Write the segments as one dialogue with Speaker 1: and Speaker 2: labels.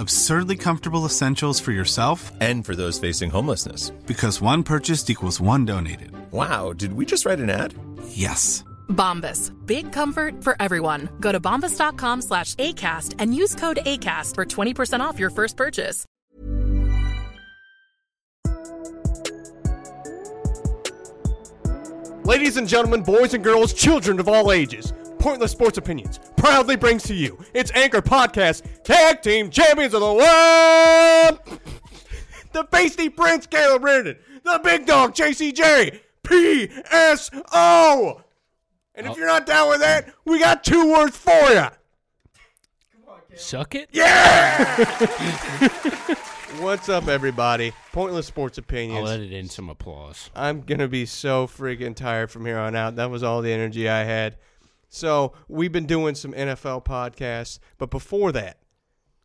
Speaker 1: Absurdly comfortable essentials for yourself
Speaker 2: And for those facing homelessness.
Speaker 1: because one purchased equals one donated.
Speaker 2: Wow, did we just write an ad?
Speaker 1: Yes.
Speaker 3: Bombas. Big comfort for everyone. Go to bombas.com slash ACAST and use code ACAST for 20% off your first purchase.
Speaker 4: Ladies and gentlemen, boys and girls, children of all ages, Pointless Sports Opinions proudly brings to you its anchor podcast, Tag Team Champions of the World, the Pasty Prince Caleb Reardon, the Big Dog JCJ, PSO. And if you're not down with that, we got two words for you.
Speaker 5: Suck it?
Speaker 4: What's up, everybody? Pointless Sports Opinions.
Speaker 5: I'll edit in some applause.
Speaker 4: I'm gonna be so freaking tired from here on out. That was all the energy I had. So we've been doing some NFL podcasts, but before that,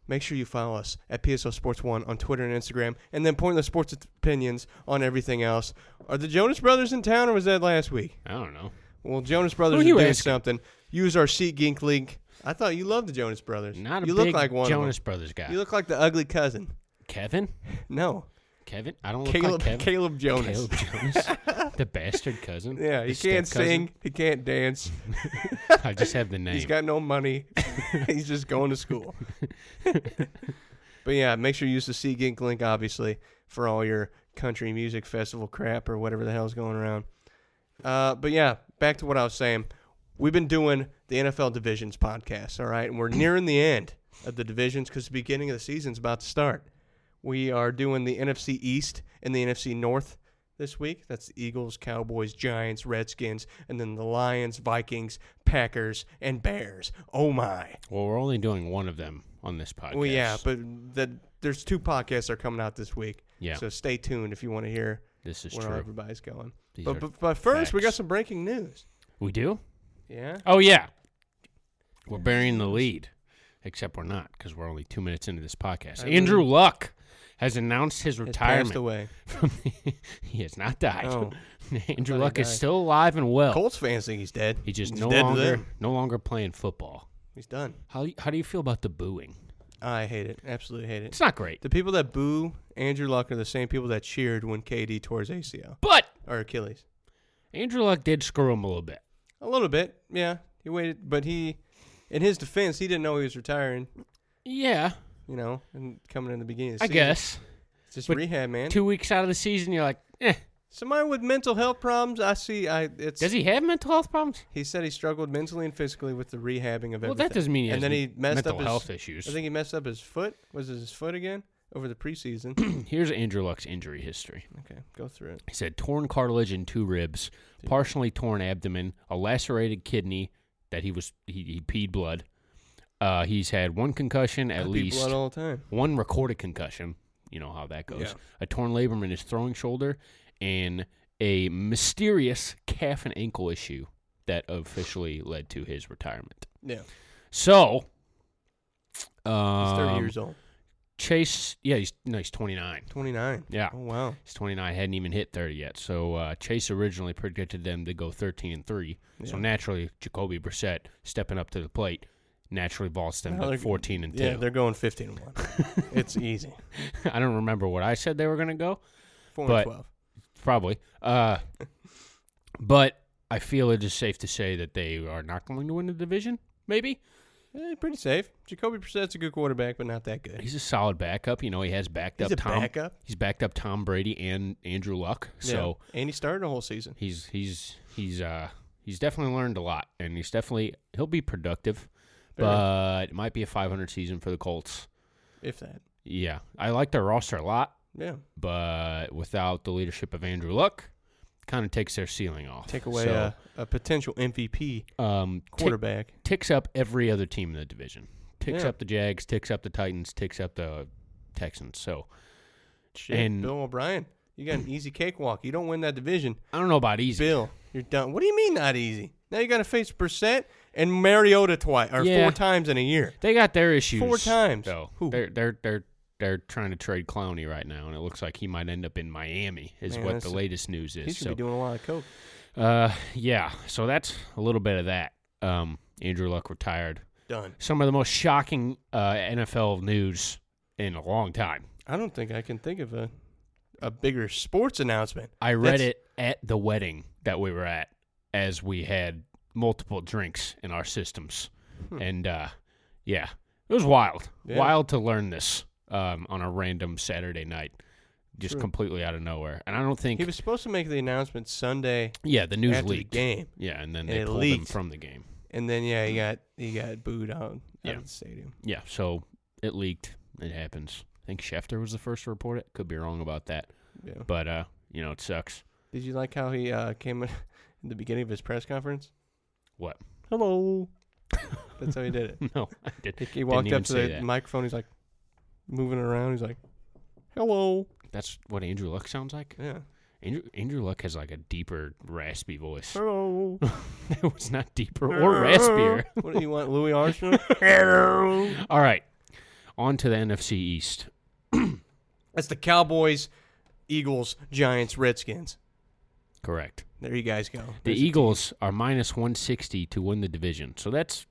Speaker 4: make sure you follow us at PSO Sports One on Twitter and Instagram, and then Pointless Sports Opinions on everything else. Are the Jonas Brothers in town, or was that last week?
Speaker 5: I don't know.
Speaker 4: Well, Jonas Brothers
Speaker 5: Who
Speaker 4: are
Speaker 5: you
Speaker 4: doing
Speaker 5: asking?
Speaker 4: something. Use our SeatGeek link. I thought you loved the Jonas Brothers.
Speaker 5: Not a
Speaker 4: you
Speaker 5: big
Speaker 4: look like one of them.
Speaker 5: Jonas Brothers guy.
Speaker 4: You look like the ugly cousin.
Speaker 5: Kevin?
Speaker 4: No,
Speaker 5: Kevin? I don't look
Speaker 4: Caleb.
Speaker 5: like Kevin.
Speaker 4: Caleb Jonas.
Speaker 5: Caleb Jones. the bastard cousin.
Speaker 4: Yeah,
Speaker 5: The
Speaker 4: he can't
Speaker 5: step-cousin.
Speaker 4: sing. He can't dance.
Speaker 5: I just have the name.
Speaker 4: He's got no money. He's just going to school. but yeah, make sure you use the SeatGeek link, obviously, for all your country music festival crap or whatever the hell's going around. Uh, but yeah, back to what I was saying. We've been doing the NFL divisions podcast, all right, and we're nearing the end of the divisions because the beginning of the season's about to start. We are doing the NFC East and the NFC North this week. That's the Eagles, Cowboys, Giants, Redskins, and then the Lions, Vikings, Packers, and Bears. Oh my!
Speaker 5: well, we're only doing one of them on this podcast.
Speaker 4: Well, yeah, but the, there's two podcasts that are coming out this week.
Speaker 5: Yeah.
Speaker 4: So stay tuned if you want to hear
Speaker 5: This is
Speaker 4: where
Speaker 5: true.
Speaker 4: everybody's going.
Speaker 5: These
Speaker 4: But,
Speaker 5: are
Speaker 4: but but first, we got
Speaker 5: facts.
Speaker 4: some breaking news.
Speaker 5: We do?
Speaker 4: Yeah.
Speaker 5: Oh, yeah. We're burying the lead, except we're not because we're only two minutes into this podcast.
Speaker 4: I
Speaker 5: Andrew Luck has announced his
Speaker 4: Has
Speaker 5: retirement.
Speaker 4: passed away.
Speaker 5: from the- he has not died.
Speaker 4: Oh.
Speaker 5: Andrew
Speaker 4: he
Speaker 5: Luck is
Speaker 4: died.
Speaker 5: still alive and well.
Speaker 4: Colts fans think he's dead.
Speaker 5: He just
Speaker 4: He's
Speaker 5: no
Speaker 4: dead to
Speaker 5: longer
Speaker 4: them.
Speaker 5: no longer playing football.
Speaker 4: He's done.
Speaker 5: How how do you feel about the booing?
Speaker 4: I hate it. Absolutely hate it.
Speaker 5: It's not great,
Speaker 4: The people that boo Andrew Luck are the same people that cheered when KD tore his ACL
Speaker 5: but
Speaker 4: or Achilles.
Speaker 5: Andrew Luck did screw him a little bit.
Speaker 4: A little bit, yeah. He waited, but he, in his defense, he didn't know he was retiring.
Speaker 5: Yeah,
Speaker 4: You know, and coming in the beginning. Of the
Speaker 5: I
Speaker 4: season.
Speaker 5: guess.
Speaker 4: it's just
Speaker 5: But
Speaker 4: rehab, man.
Speaker 5: Two weeks out of the season, you're like, eh.
Speaker 4: Somebody with mental health problems. I see. I it's.
Speaker 5: Does he have mental health problems?
Speaker 4: He said he struggled mentally and physically with the rehabbing of everything.
Speaker 5: Well, that doesn't mean he
Speaker 4: and
Speaker 5: has
Speaker 4: then he
Speaker 5: m-
Speaker 4: messed
Speaker 5: mental
Speaker 4: up his,
Speaker 5: health issues.
Speaker 4: I think he messed up his foot. Was it his foot again over the preseason?
Speaker 5: Here's Andrew Luck's injury history.
Speaker 4: okay, go through it.
Speaker 5: He said torn cartilage in two ribs, partially torn abdomen, a lacerated kidney that he was he, he peed blood. Uh, he's had one concussion at
Speaker 4: I pee
Speaker 5: least.
Speaker 4: blood all the time.
Speaker 5: one recorded concussion. You know how that goes.
Speaker 4: Yeah.
Speaker 5: A torn labrum in his throwing shoulder and a mysterious calf and ankle issue that officially led to his retirement.
Speaker 4: Yeah,
Speaker 5: So,
Speaker 4: he's
Speaker 5: um,
Speaker 4: thirty years old.
Speaker 5: Chase, yeah, he's no, he's 29.
Speaker 4: 29.
Speaker 5: Yeah.
Speaker 4: Oh, wow.
Speaker 5: He's 29, hadn't even hit 30 yet. So uh, Chase originally predicted them to go 13 and three. So
Speaker 4: Yeah.
Speaker 5: naturally, Jacoby Brissett stepping up to the plate naturally vaults them
Speaker 4: Now
Speaker 5: to
Speaker 4: they're-
Speaker 5: 14 and two.
Speaker 4: Yeah, they're going 15 and 1. it's easy.
Speaker 5: I don't remember what I said they were going to go.
Speaker 4: 4
Speaker 5: But-
Speaker 4: and 12.
Speaker 5: Probably. Uh, but I feel it is safe to say that they are not going to win the division. Maybe
Speaker 4: Eh, pretty safe. Jacoby Brissett's a good quarterback, but not that good.
Speaker 5: he's a solid backup. You know, he has backed
Speaker 4: He's
Speaker 5: up
Speaker 4: a
Speaker 5: Tom.
Speaker 4: backup?
Speaker 5: He's backed up Tom Brady and Andrew Luck. So
Speaker 4: Yeah. And he started the whole season.
Speaker 5: he's he's he's uh he's definitely learned a lot, and he's definitely he'll be productive.
Speaker 4: Fair.
Speaker 5: But it might be a 500 season for the Colts.
Speaker 4: If that.
Speaker 5: Yeah, I like their roster a lot,
Speaker 4: Yeah.
Speaker 5: but without the leadership of Andrew Luck, kind of takes their ceiling off.
Speaker 4: Take away
Speaker 5: So,
Speaker 4: a, a potential MVP
Speaker 5: um, tick-
Speaker 4: quarterback.
Speaker 5: ticks up every other team in the division. Ticks
Speaker 4: Yeah.
Speaker 5: up the Jags, ticks up the Titans, ticks up the Texans. So
Speaker 4: Shit,
Speaker 5: and-
Speaker 4: Bill O'Brien, you got an easy cakewalk. You don't win that division.
Speaker 5: I don't know about easy.
Speaker 4: Bill, you're done. What do you mean not easy? Now you got to face Brissett and Mariota twice or
Speaker 5: Yeah.
Speaker 4: four times in a year.
Speaker 5: They got their issues
Speaker 4: Four times.
Speaker 5: Though
Speaker 4: Who?
Speaker 5: they're they're they're they're trying to trade Clowney right now, and it looks like he might end up in Miami. Is
Speaker 4: Man,
Speaker 5: what
Speaker 4: that's-
Speaker 5: the latest news is.
Speaker 4: He should
Speaker 5: so
Speaker 4: be doing a lot of coke.
Speaker 5: uh, yeah, so that's a little bit of that. Um, Andrew Luck retired.
Speaker 4: Done.
Speaker 5: Some of the most shocking uh, NFL news in a long time.
Speaker 4: I don't think I can think of a a bigger sports announcement.
Speaker 5: I read
Speaker 4: That's-
Speaker 5: it at the wedding that we were at as we had multiple drinks in our systems. And uh, yeah, it was wild.
Speaker 4: Hmm. Yeah.
Speaker 5: Wild to learn this um, on a random Saturday night, just completely out of nowhere. And I don't think,
Speaker 4: He was supposed to make the announcement Sunday
Speaker 5: yeah, the news
Speaker 4: after
Speaker 5: leaked.
Speaker 4: the game,
Speaker 5: Yeah, and then
Speaker 4: and
Speaker 5: they
Speaker 4: it
Speaker 5: pulled him
Speaker 4: leaked.
Speaker 5: from the game.
Speaker 4: and then yeah, he got he got booed out, out
Speaker 5: Mm. Yeah.
Speaker 4: of the stadium.
Speaker 5: Yeah, so it leaked. It happens. I think Schefter was the first to report it. Could be wrong about that.
Speaker 4: Yeah.
Speaker 5: But, uh, you know, it sucks.
Speaker 4: Did you like how he uh, came in in the beginning of his press conference?
Speaker 5: What?
Speaker 4: Hello. That's how he did it.
Speaker 5: No, I did,
Speaker 4: He walked
Speaker 5: didn't even
Speaker 4: up to
Speaker 5: say
Speaker 4: the
Speaker 5: that.
Speaker 4: microphone. He's like moving around. He's like, "Hello."
Speaker 5: That's what Andrew Luck sounds like.
Speaker 4: Yeah.
Speaker 5: Andrew, Andrew Luck has like a deeper, raspy voice.
Speaker 4: Hello.
Speaker 5: it was not deeper or raspier.
Speaker 4: what do you want, Louis Armstrong?
Speaker 5: All right, on to the NFC East.
Speaker 4: That's the Cowboys, Eagles, Giants, Redskins.
Speaker 5: Correct.
Speaker 4: There you guys go.
Speaker 5: The Eagles are minus 160 to win the division, so that's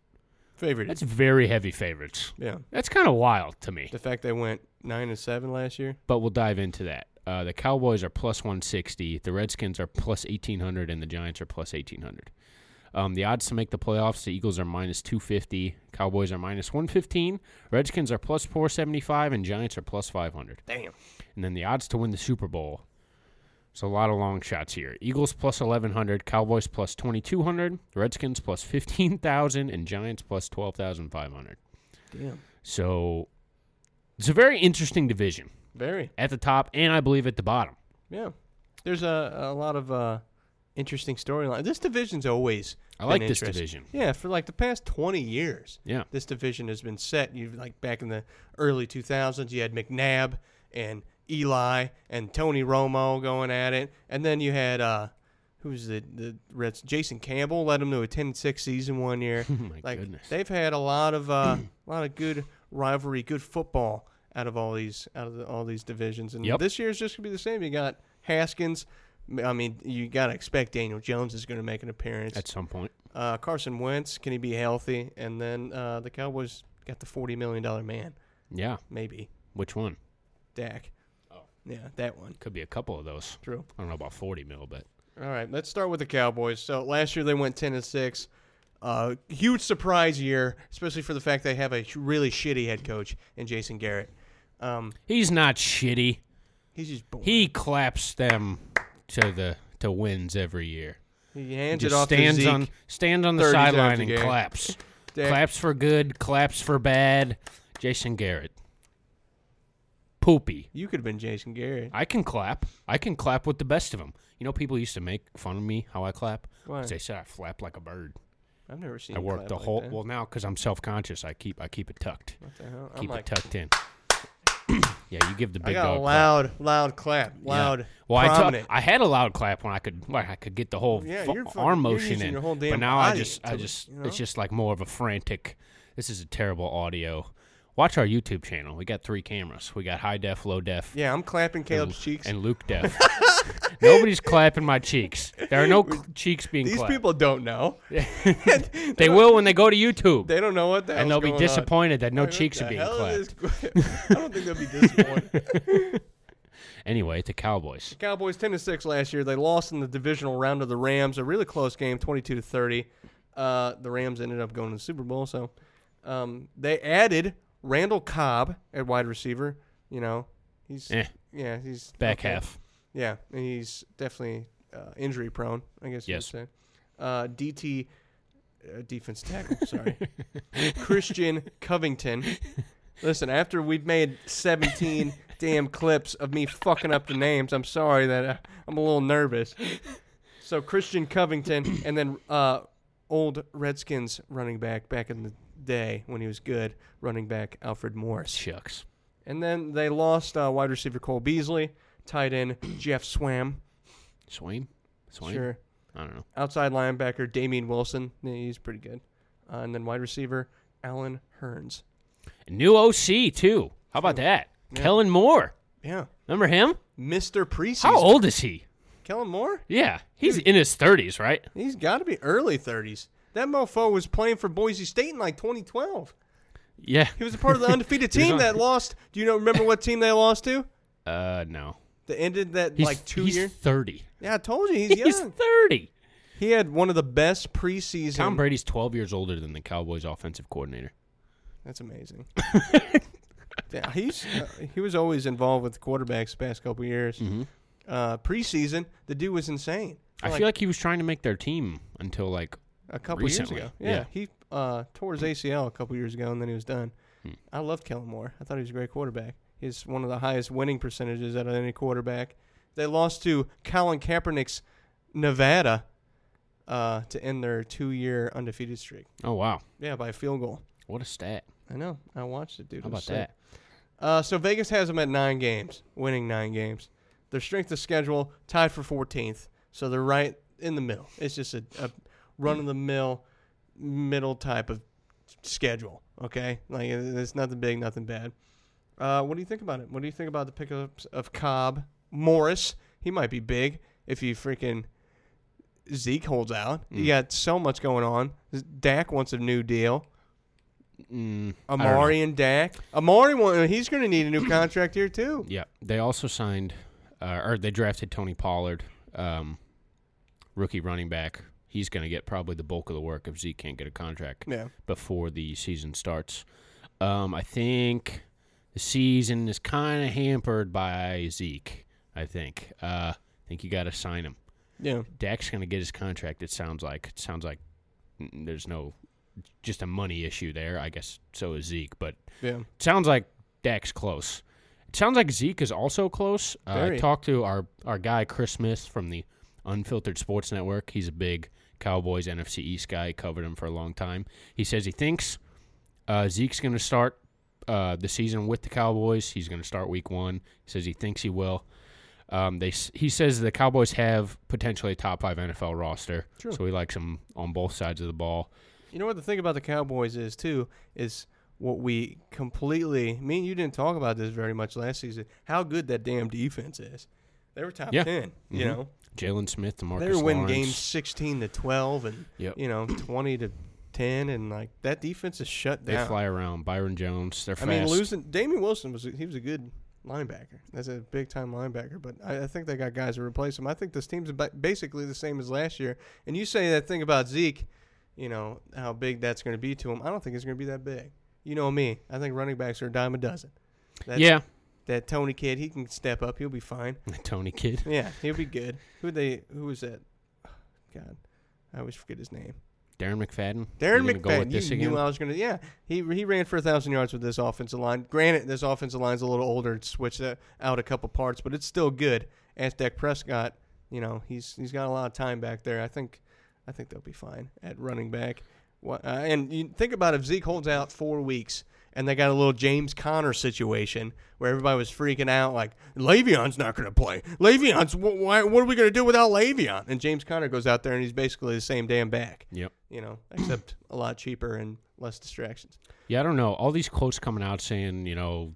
Speaker 4: favorite.
Speaker 5: that's very heavy favorites.
Speaker 4: yeah.
Speaker 5: That's kind of wild to me,
Speaker 4: The fact they went nine and seven last year.
Speaker 5: but we'll dive into that. Uh, the Cowboys are plus 160, the Redskins are plus 1800, and the Giants are plus 1800. Um, the odds to make the playoffs: the Eagles are minus 250, Cowboys are minus 115, Redskins are plus 475, and Giants are plus 500.
Speaker 4: Damn.
Speaker 5: And then the odds to win the Super Bowl. So a lot of long shots here. Eagles plus 1100, Cowboys plus 2200, Redskins plus 15,000 and Giants plus 12,500.
Speaker 4: Damn.
Speaker 5: So it's a very interesting division
Speaker 4: Very.
Speaker 5: at the top and I believe at the bottom.
Speaker 4: Yeah. There's a, a lot of uh, interesting storyline. This division's always.
Speaker 5: I
Speaker 4: been
Speaker 5: like this
Speaker 4: interesting.
Speaker 5: division.
Speaker 4: Yeah, for like the past 20 years.
Speaker 5: Yeah.
Speaker 4: This division has been set. You like back in the early 2000s, you had McNabb and Eli and Tony Romo going at it, and then you had uh, who's the the Reds? Jason Campbell led them to a 10-6 season one year.
Speaker 5: My
Speaker 4: like
Speaker 5: goodness.
Speaker 4: they've had a lot of uh, a lot of good rivalry, good football out of all these out of the, all these divisions, and
Speaker 5: Yep.
Speaker 4: this year's just gonna be the same. You got Haskins. I mean, you gotta expect Daniel Jones is gonna make an appearance.
Speaker 5: At some point.
Speaker 4: Uh, Carson Wentz, can he be healthy? And then uh, the Cowboys got the forty million dollar man,
Speaker 5: Yeah.
Speaker 4: maybe
Speaker 5: Which one?
Speaker 4: Dak. Oh, yeah, that one.
Speaker 5: Could be a couple of those.
Speaker 4: True.
Speaker 5: I don't know about 40 mil, but
Speaker 4: All right, let's start with the Cowboys. So last year they went ten and six. Uh, huge surprise year, especially for the fact they have a sh- really shitty head coach in Jason Garrett. Um,
Speaker 5: he's not shitty.
Speaker 4: he's just boring.
Speaker 5: He claps them to the to wins every year.
Speaker 4: he hands
Speaker 5: just
Speaker 4: it off
Speaker 5: stands
Speaker 4: to Zeke.
Speaker 5: on stands on the
Speaker 4: 30 times
Speaker 5: sideline
Speaker 4: a
Speaker 5: and
Speaker 4: game.
Speaker 5: claps.
Speaker 4: Dak-
Speaker 5: Claps for good, claps for bad. Jason Garrett. Poopy.
Speaker 4: You could have been Jason Garrett.
Speaker 5: I can clap. I can clap with the best of them. You know, people used to make fun of me how I clap. 'cause
Speaker 4: Why?
Speaker 5: They said I flap like a bird.
Speaker 4: I've never seen.
Speaker 5: I
Speaker 4: you
Speaker 5: work
Speaker 4: clap
Speaker 5: the
Speaker 4: like
Speaker 5: whole.
Speaker 4: that.
Speaker 5: Well, now because I'm self conscious, I keep I keep it tucked.
Speaker 4: what the hell? I'm
Speaker 5: Keep
Speaker 4: like,
Speaker 5: it tucked in. yeah, you give the big
Speaker 4: I got a
Speaker 5: dog clap.
Speaker 4: loud, loud clap,
Speaker 5: Yeah.
Speaker 4: loud,
Speaker 5: Well, I,
Speaker 4: prominent.
Speaker 5: t- I had a loud clap when I could when I could get the whole
Speaker 4: Yeah,
Speaker 5: fu-
Speaker 4: you're fucking-
Speaker 5: arm
Speaker 4: you're
Speaker 5: motion
Speaker 4: using
Speaker 5: in,
Speaker 4: your whole damn
Speaker 5: but now I
Speaker 4: body
Speaker 5: just
Speaker 4: to
Speaker 5: I
Speaker 4: the-
Speaker 5: just
Speaker 4: you know?
Speaker 5: it's just like more of a frantic. This is a terrible audio Watch our YouTube channel. We got three cameras. We got high def, low def,
Speaker 4: Yeah, I'm clapping Caleb's
Speaker 5: and,
Speaker 4: cheeks.
Speaker 5: and Luke def. Nobody's clapping my cheeks. There are no cl- cheeks being
Speaker 4: These
Speaker 5: clapped.
Speaker 4: people don't know.
Speaker 5: they will when they go to YouTube.
Speaker 4: They don't know what that.
Speaker 5: And they'll be disappointed that no cheeks are being
Speaker 4: I don't think they'll be disappointed.
Speaker 5: anyway, the Cowboys.
Speaker 4: Cowboys ten to six last year. They lost in the divisional round of the Rams. A really close game, twenty two to thirty. Uh, the Rams ended up going to the Super Bowl. So um, they added Randall Cobb at wide receiver. You know, he's
Speaker 5: Eh.
Speaker 4: yeah, he's
Speaker 5: Back
Speaker 4: okay.
Speaker 5: half.
Speaker 4: Yeah, and he's definitely uh, injury prone. I guess
Speaker 5: Yes.
Speaker 4: you would say. Uh, DT uh, defense tackle. Sorry, Christian Covington. Listen, after we've made 17 damn clips of me fucking up the names, I'm sorry that uh, I'm a little nervous. So Christian Covington, and then uh, old Redskins running back back in the day when he was good, running back Alfred Morris.
Speaker 5: Shucks.
Speaker 4: And then they lost uh, wide receiver Cole Beasley, tight end Jeff Swam,
Speaker 5: Swain? Swain?
Speaker 4: sure,
Speaker 5: I don't know.
Speaker 4: outside linebacker Damien Wilson, yeah, he's pretty good, uh, and then wide receiver Alan Hearns.
Speaker 5: New OC, too. How about that? Kellen Moore.
Speaker 4: Yeah,
Speaker 5: Remember him?
Speaker 4: Mr. Preseason.
Speaker 5: How old is he?
Speaker 4: Kellen Moore?
Speaker 5: Yeah. He's in his 30s, right?
Speaker 4: He's got to be early 30s. That mofo was playing for Boise State in like 2012.
Speaker 5: Yeah.
Speaker 4: He was a part of the undefeated
Speaker 5: He was
Speaker 4: team
Speaker 5: on-
Speaker 4: that lost. Do you know remember what team they lost to?
Speaker 5: Uh, no.
Speaker 4: That ended that
Speaker 5: He's,
Speaker 4: like two
Speaker 5: he's
Speaker 4: year.
Speaker 5: 30.
Speaker 4: Yeah, I told you he's
Speaker 5: He's,
Speaker 4: young.
Speaker 5: 30.
Speaker 4: he had one of the best preseason.
Speaker 5: Tom Brady's 12 years older than the Cowboys offensive coordinator.
Speaker 4: That's amazing. yeah, he's uh, he was always involved with quarterbacks the past couple years. Uh, preseason, the dude was insane.
Speaker 5: Mm-hmm. I feel like he was trying to make their team until like
Speaker 4: a couple
Speaker 5: recently,
Speaker 4: years ago. Yeah,
Speaker 5: yeah.
Speaker 4: he uh, tore his ACL a couple years ago, and then he was done.
Speaker 5: Hmm.
Speaker 4: I loved Kellen Moore. I thought he was a great quarterback. He's one of the highest winning percentages out of any quarterback. They lost to Colin Kaepernick's Nevada uh, to end their two-year undefeated streak.
Speaker 5: oh wow,
Speaker 4: Yeah, by a field goal.
Speaker 5: what a stat!
Speaker 4: I know. I watched it, dude. It
Speaker 5: How about
Speaker 4: was sick.
Speaker 5: that?
Speaker 4: Uh, so Vegas has them at nine games, winning nine games. Their strength of schedule tied for 14th, so they're right in the middle. It's just a, a run of the mill, middle type of schedule. Okay, like it- it's nothing big, nothing bad. Uh, what do you think about it? What do you think about the pickups of Cobb Morris? He might be big if he freaking Zeke holds out. You got so much going on. Dak wants a new deal.
Speaker 5: Mm, I don't know.
Speaker 4: Amari and Dak. Amari, wa- uh, he's going to need a new contract here too.
Speaker 5: Yeah, they also signed uh, or they drafted Tony Pollard, um, rookie running back. He's going to get probably the bulk of the work if Zeke can't get a contract
Speaker 4: Yeah.
Speaker 5: before the season starts. Um, I think the season is kind of hampered by Zeke. I think. Uh, I think you got to sign him.
Speaker 4: Yeah.
Speaker 5: Dak's going to get his contract. It sounds like it sounds like n- there's no just a money issue there. I guess so is Zeke, but
Speaker 4: Yeah.
Speaker 5: it sounds like Dak's close. It sounds like Zeke is also close. Uh, I
Speaker 4: Very.
Speaker 5: talked to our our guy Chris Smith from the Unfiltered Sports Network. He's a big Cowboys NFC East guy. He covered him for a long time. He says he thinks uh, Zeke's going to start uh, the season with the Cowboys. He's going to start Week One. He says he thinks he will. Um, they s- he says the Cowboys have potentially a top five NFL roster, so he likes them on both sides of the ball.
Speaker 4: You know what the thing about the Cowboys is too is what we completely. Me and you didn't talk about this very much last season. How good that damn defense is. They were top
Speaker 5: Yeah.
Speaker 4: 10 You
Speaker 5: Mhm.
Speaker 4: know,
Speaker 5: Jalen Smith, Demarcus
Speaker 4: they were winning
Speaker 5: Lawrence.
Speaker 4: games sixteen to twelve and
Speaker 5: Yep.
Speaker 4: you know twenty to ten, and like that defense is shut
Speaker 5: They
Speaker 4: down.
Speaker 5: fly around. Byron Jones, they're
Speaker 4: I
Speaker 5: fast.
Speaker 4: mean, losing Damian Wilson was a- he was a good linebacker. That's a big time linebacker, but I, I think they got guys to replace him. I think this team's ba- basically the same as last year. And you say that thing about Zeke, you know how big that's going to be to him. I don't think it's going to be that big. You know me. I think running backs are a dime a dozen. That,
Speaker 5: yeah,
Speaker 4: That Tony kid, he can step up. He'll be fine.
Speaker 5: Tony Kid.
Speaker 4: Yeah, he'll be good. Who they? Who was that? God, I always forget his name.
Speaker 5: Darren McFadden.
Speaker 4: Darren
Speaker 5: You gonna Go
Speaker 4: McFadden,
Speaker 5: with this
Speaker 4: you
Speaker 5: again?
Speaker 4: knew I was gonna. Yeah, he he ran for a thousand yards with this offensive line. Granted, this offensive line's a little older, it's switched that out a couple parts, but it's still good. As Dak Prescott, you know, he's he's got a lot of time back there. I think I think they'll be fine at running back. What, uh, and you think about if Zeke holds out four weeks. And they got a little James Conner situation where everybody was freaking out, like Le'Veon's not going to play. Le'Veon's wh- why, what are we going to do without Le'Veon? And James Conner goes out there and he's basically the same damn back
Speaker 5: yep.
Speaker 4: you know, except a lot cheaper and less distractions.
Speaker 5: Yeah, I don't know. All these quotes coming out saying, you know,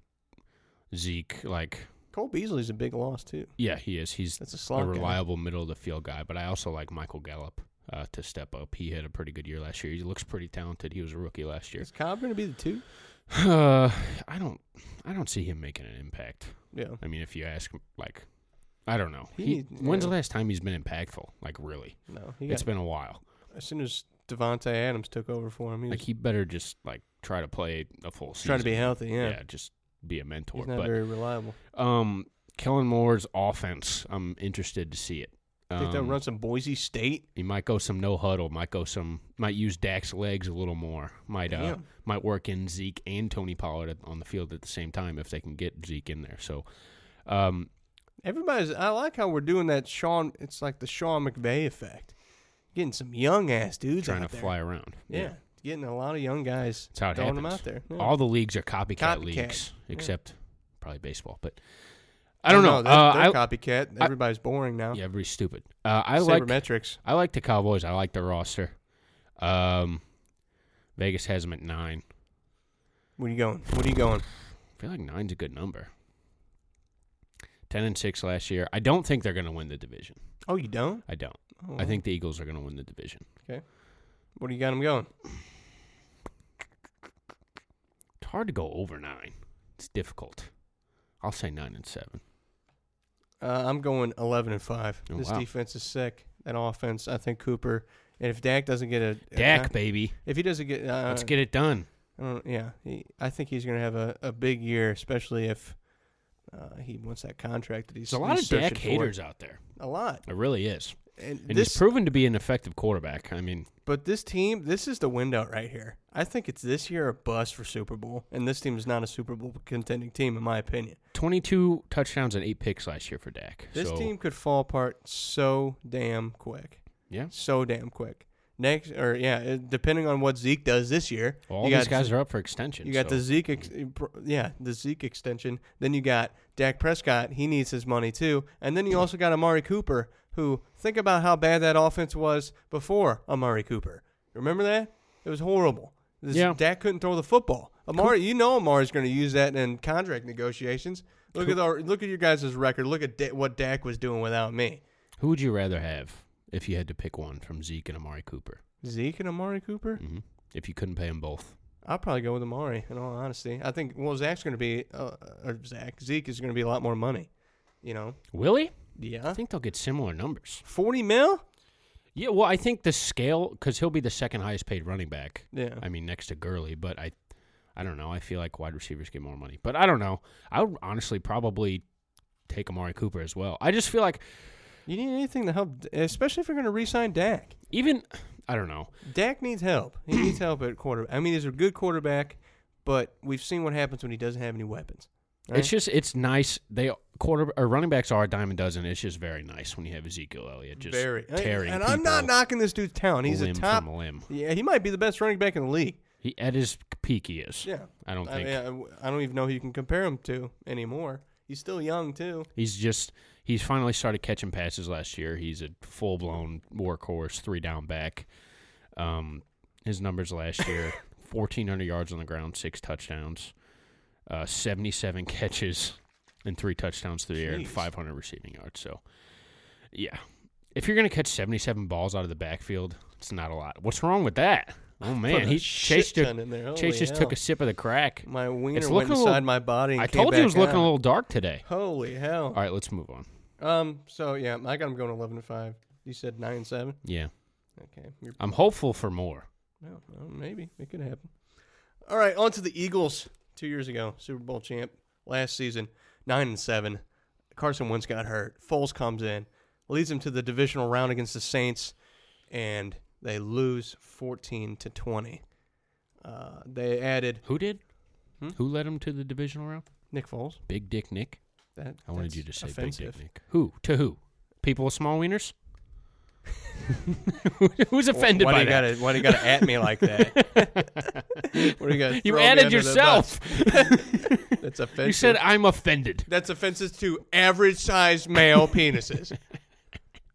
Speaker 5: Zeke, like,
Speaker 4: Cole Beasley's a big loss too.
Speaker 5: yeah, he is. He's
Speaker 4: That's a
Speaker 5: a
Speaker 4: slot guy.
Speaker 5: reliable middle of the field guy. But I also like Michael Gallup uh, to step up. He had a pretty good year last year. He looks pretty talented. He was a rookie last year.
Speaker 4: Is Cobb going to be the two?
Speaker 5: Uh, I don't, I don't see him making an impact.
Speaker 4: Yeah.
Speaker 5: I mean, if you ask, like, I don't know.
Speaker 4: He
Speaker 5: He,
Speaker 4: needs-
Speaker 5: when's the
Speaker 4: yeah.
Speaker 5: last time he's been impactful? Like, really?
Speaker 4: No. He
Speaker 5: It's
Speaker 4: got,
Speaker 5: been a while.
Speaker 4: as soon as Devontae Adams took over for him, he was
Speaker 5: Like, he better just like try to play a full season.
Speaker 4: trying to be healthy. Yeah.
Speaker 5: just be a mentor.
Speaker 4: He's not
Speaker 5: but
Speaker 4: very reliable.
Speaker 5: um, Kellen Moore's offense, I'm interested to see it. Um,
Speaker 4: Think they'll run some Boise State?
Speaker 5: He might go some no huddle. Might go some. Might use Dak's legs a little more. Might uh,
Speaker 4: Damn.
Speaker 5: might work in Zeke and Tony Pollard at- on the field at the same time if they can get Zeke in there. So, um,
Speaker 4: Everybody's. I like how we're doing that. Sean. It's like the Sean McVay effect. Getting some young ass dudes
Speaker 5: trying to
Speaker 4: out there.
Speaker 5: fly around.
Speaker 4: Yeah. Getting a lot of young guys.
Speaker 5: That's how it
Speaker 4: throwing
Speaker 5: happens.
Speaker 4: them out there. Yeah.
Speaker 5: All the leagues are copycat,
Speaker 4: Copycat.
Speaker 5: leagues,
Speaker 4: Yeah.
Speaker 5: except probably baseball. But I don't know.
Speaker 4: They're,
Speaker 5: Uh,
Speaker 4: they're
Speaker 5: I-
Speaker 4: copycat.
Speaker 5: I-
Speaker 4: Everybody's boring now.
Speaker 5: yeah, very stupid. Uh, I like
Speaker 4: Sabermetrics.
Speaker 5: I like the Cowboys. I like the roster. Um, Vegas has them at nine.
Speaker 4: Where you going? What are you going?
Speaker 5: I feel like nine's a good number. Ten and six last year. I don't think they're going to win the division.
Speaker 4: Oh, you don't?
Speaker 5: I don't.
Speaker 4: Oh,
Speaker 5: I think the Eagles are going to win the division.
Speaker 4: Okay. What do you got them going?
Speaker 5: It's hard to go over nine. It's difficult. I'll say nine and seven.
Speaker 4: Uh, I'm going 11 and 5.
Speaker 5: Oh,
Speaker 4: this
Speaker 5: wow.
Speaker 4: defense is sick. That offense, I think Cooper. And if Dak doesn't get a. a
Speaker 5: Dak,
Speaker 4: con-
Speaker 5: baby,
Speaker 4: if he doesn't get. Uh,
Speaker 5: let's get it done.
Speaker 4: I don't, yeah. He, I think he's going to have a, a big year, especially if uh, he wants that contract that he's.
Speaker 5: There's a lot
Speaker 4: he's
Speaker 5: of Dak
Speaker 4: searching for.
Speaker 5: haters out there.
Speaker 4: A lot.
Speaker 5: It really is,
Speaker 4: And,
Speaker 5: and
Speaker 4: this,
Speaker 5: he's proven to be an effective quarterback. I mean,
Speaker 4: but this team, this is the window right here. I think it's this year a bust for Super Bowl, and this team is not a Super Bowl contending team, in my opinion.
Speaker 5: twenty-two touchdowns and eight picks last year for Dak.
Speaker 4: This
Speaker 5: So,
Speaker 4: team could fall apart so damn quick,
Speaker 5: yeah.
Speaker 4: so damn quick. Next, or yeah, it, depending on what Zeke does this year,
Speaker 5: All
Speaker 4: you
Speaker 5: these
Speaker 4: got-
Speaker 5: guys are up for extension.
Speaker 4: You got
Speaker 5: so-
Speaker 4: the Zeke, ex- yeah, the Zeke extension. Then you got Dak Prescott. He needs his money too. And then you also got Amari Cooper, who think about how bad that offense was before Amari Cooper. Remember that? It was horrible. This,
Speaker 5: Yeah.
Speaker 4: Dak couldn't throw the football. Amari, you know, Amari's going to use that in contract negotiations. Look at our, look at your guys' record. Look at da- what Dak was doing without me.
Speaker 5: Who would you rather have if you had to pick one from Zeke and Amari Cooper?
Speaker 4: Zeke and Amari Cooper.
Speaker 5: hmm If you couldn't pay them both,
Speaker 4: I'll probably go with Amari. In all honesty, I think well Zach's going to be uh, or Zach Zeke is going to be a lot more money. You know,
Speaker 5: Willie, I
Speaker 4: yeah,
Speaker 5: think they'll get similar numbers.
Speaker 4: forty mil.
Speaker 5: Yeah, well, I think the scale because he'll be the second highest paid running back.
Speaker 4: Yeah.
Speaker 5: I mean next to Gurley, but I, I don't know. I feel like wide receivers get more money, but I don't know. I would honestly probably take Amari Cooper as well. I just feel like
Speaker 4: You need anything to help, especially if you're going to re-sign Dak.
Speaker 5: even I don't know.
Speaker 4: Dak needs help. He needs help at quarterback. I mean, he's a good quarterback, but we've seen what happens when he doesn't have any weapons. right?
Speaker 5: It's just it's nice. They quarter or running backs are a dime a dozen. It's just very nice when you have Ezekiel Elliott just
Speaker 4: very
Speaker 5: tearing.
Speaker 4: And I'm not
Speaker 5: people
Speaker 4: knocking this dude's talent. He's
Speaker 5: limb
Speaker 4: a top.
Speaker 5: from a limb.
Speaker 4: Yeah, he might be the best running back in the league.
Speaker 5: He at his peak he is.
Speaker 4: Yeah,
Speaker 5: I don't think
Speaker 4: I, mean, I- I don't even know who you can compare him to anymore. He's still young too.
Speaker 5: he's just he's finally started catching passes last year. He's a full blown workhorse, three down back. Um, his numbers last year: fourteen hundred yards on the ground, six touchdowns, uh, seventy seven catches, and three touchdowns through the air, and
Speaker 4: Jeez.
Speaker 5: five hundred receiving yards. So, yeah, if you're gonna catch seventy seven balls out of the backfield, it's not a lot. What's wrong with that? Oh man,
Speaker 4: a
Speaker 5: he
Speaker 4: shit
Speaker 5: chased
Speaker 4: ton in there. Holy
Speaker 5: Chase just took
Speaker 4: hell.
Speaker 5: a sip of the crack.
Speaker 4: My wiener
Speaker 5: It's
Speaker 4: went
Speaker 5: looking a
Speaker 4: inside
Speaker 5: little-
Speaker 4: my body. And
Speaker 5: I
Speaker 4: came
Speaker 5: told you it
Speaker 4: back
Speaker 5: was looking
Speaker 4: out.
Speaker 5: a little dark today.
Speaker 4: Holy hell!
Speaker 5: All right, let's move on.
Speaker 4: Um. So yeah, I got him going eleven to five. You said nine and seven.
Speaker 5: Yeah.
Speaker 4: Okay. You're,
Speaker 5: I'm hopeful for more.
Speaker 4: well, well, maybe it could happen. All right, on to the Eagles. Two years ago, Super Bowl champ last season, nine and seven. Carson Wentz got hurt. Foles comes in, leads them to the divisional round against the Saints, and they lose fourteen to twenty. Uh, they added
Speaker 5: Who did?
Speaker 4: Hmm?
Speaker 5: Who led him to the divisional round?
Speaker 4: Nick Foles.
Speaker 5: Big Dick Nick.
Speaker 4: That
Speaker 5: I wanted
Speaker 4: that's
Speaker 5: you to say
Speaker 4: offensive.
Speaker 5: Big Dick Nick. Who to who? People with small wieners. Who- Who's offended
Speaker 4: why
Speaker 5: by
Speaker 4: do you
Speaker 5: that?
Speaker 4: Gotta, why do you got to at me like that? What do you got?
Speaker 5: You added yourself.
Speaker 4: That's offensive.
Speaker 5: You said I'm offended.
Speaker 4: That's offenses to average sized male penises.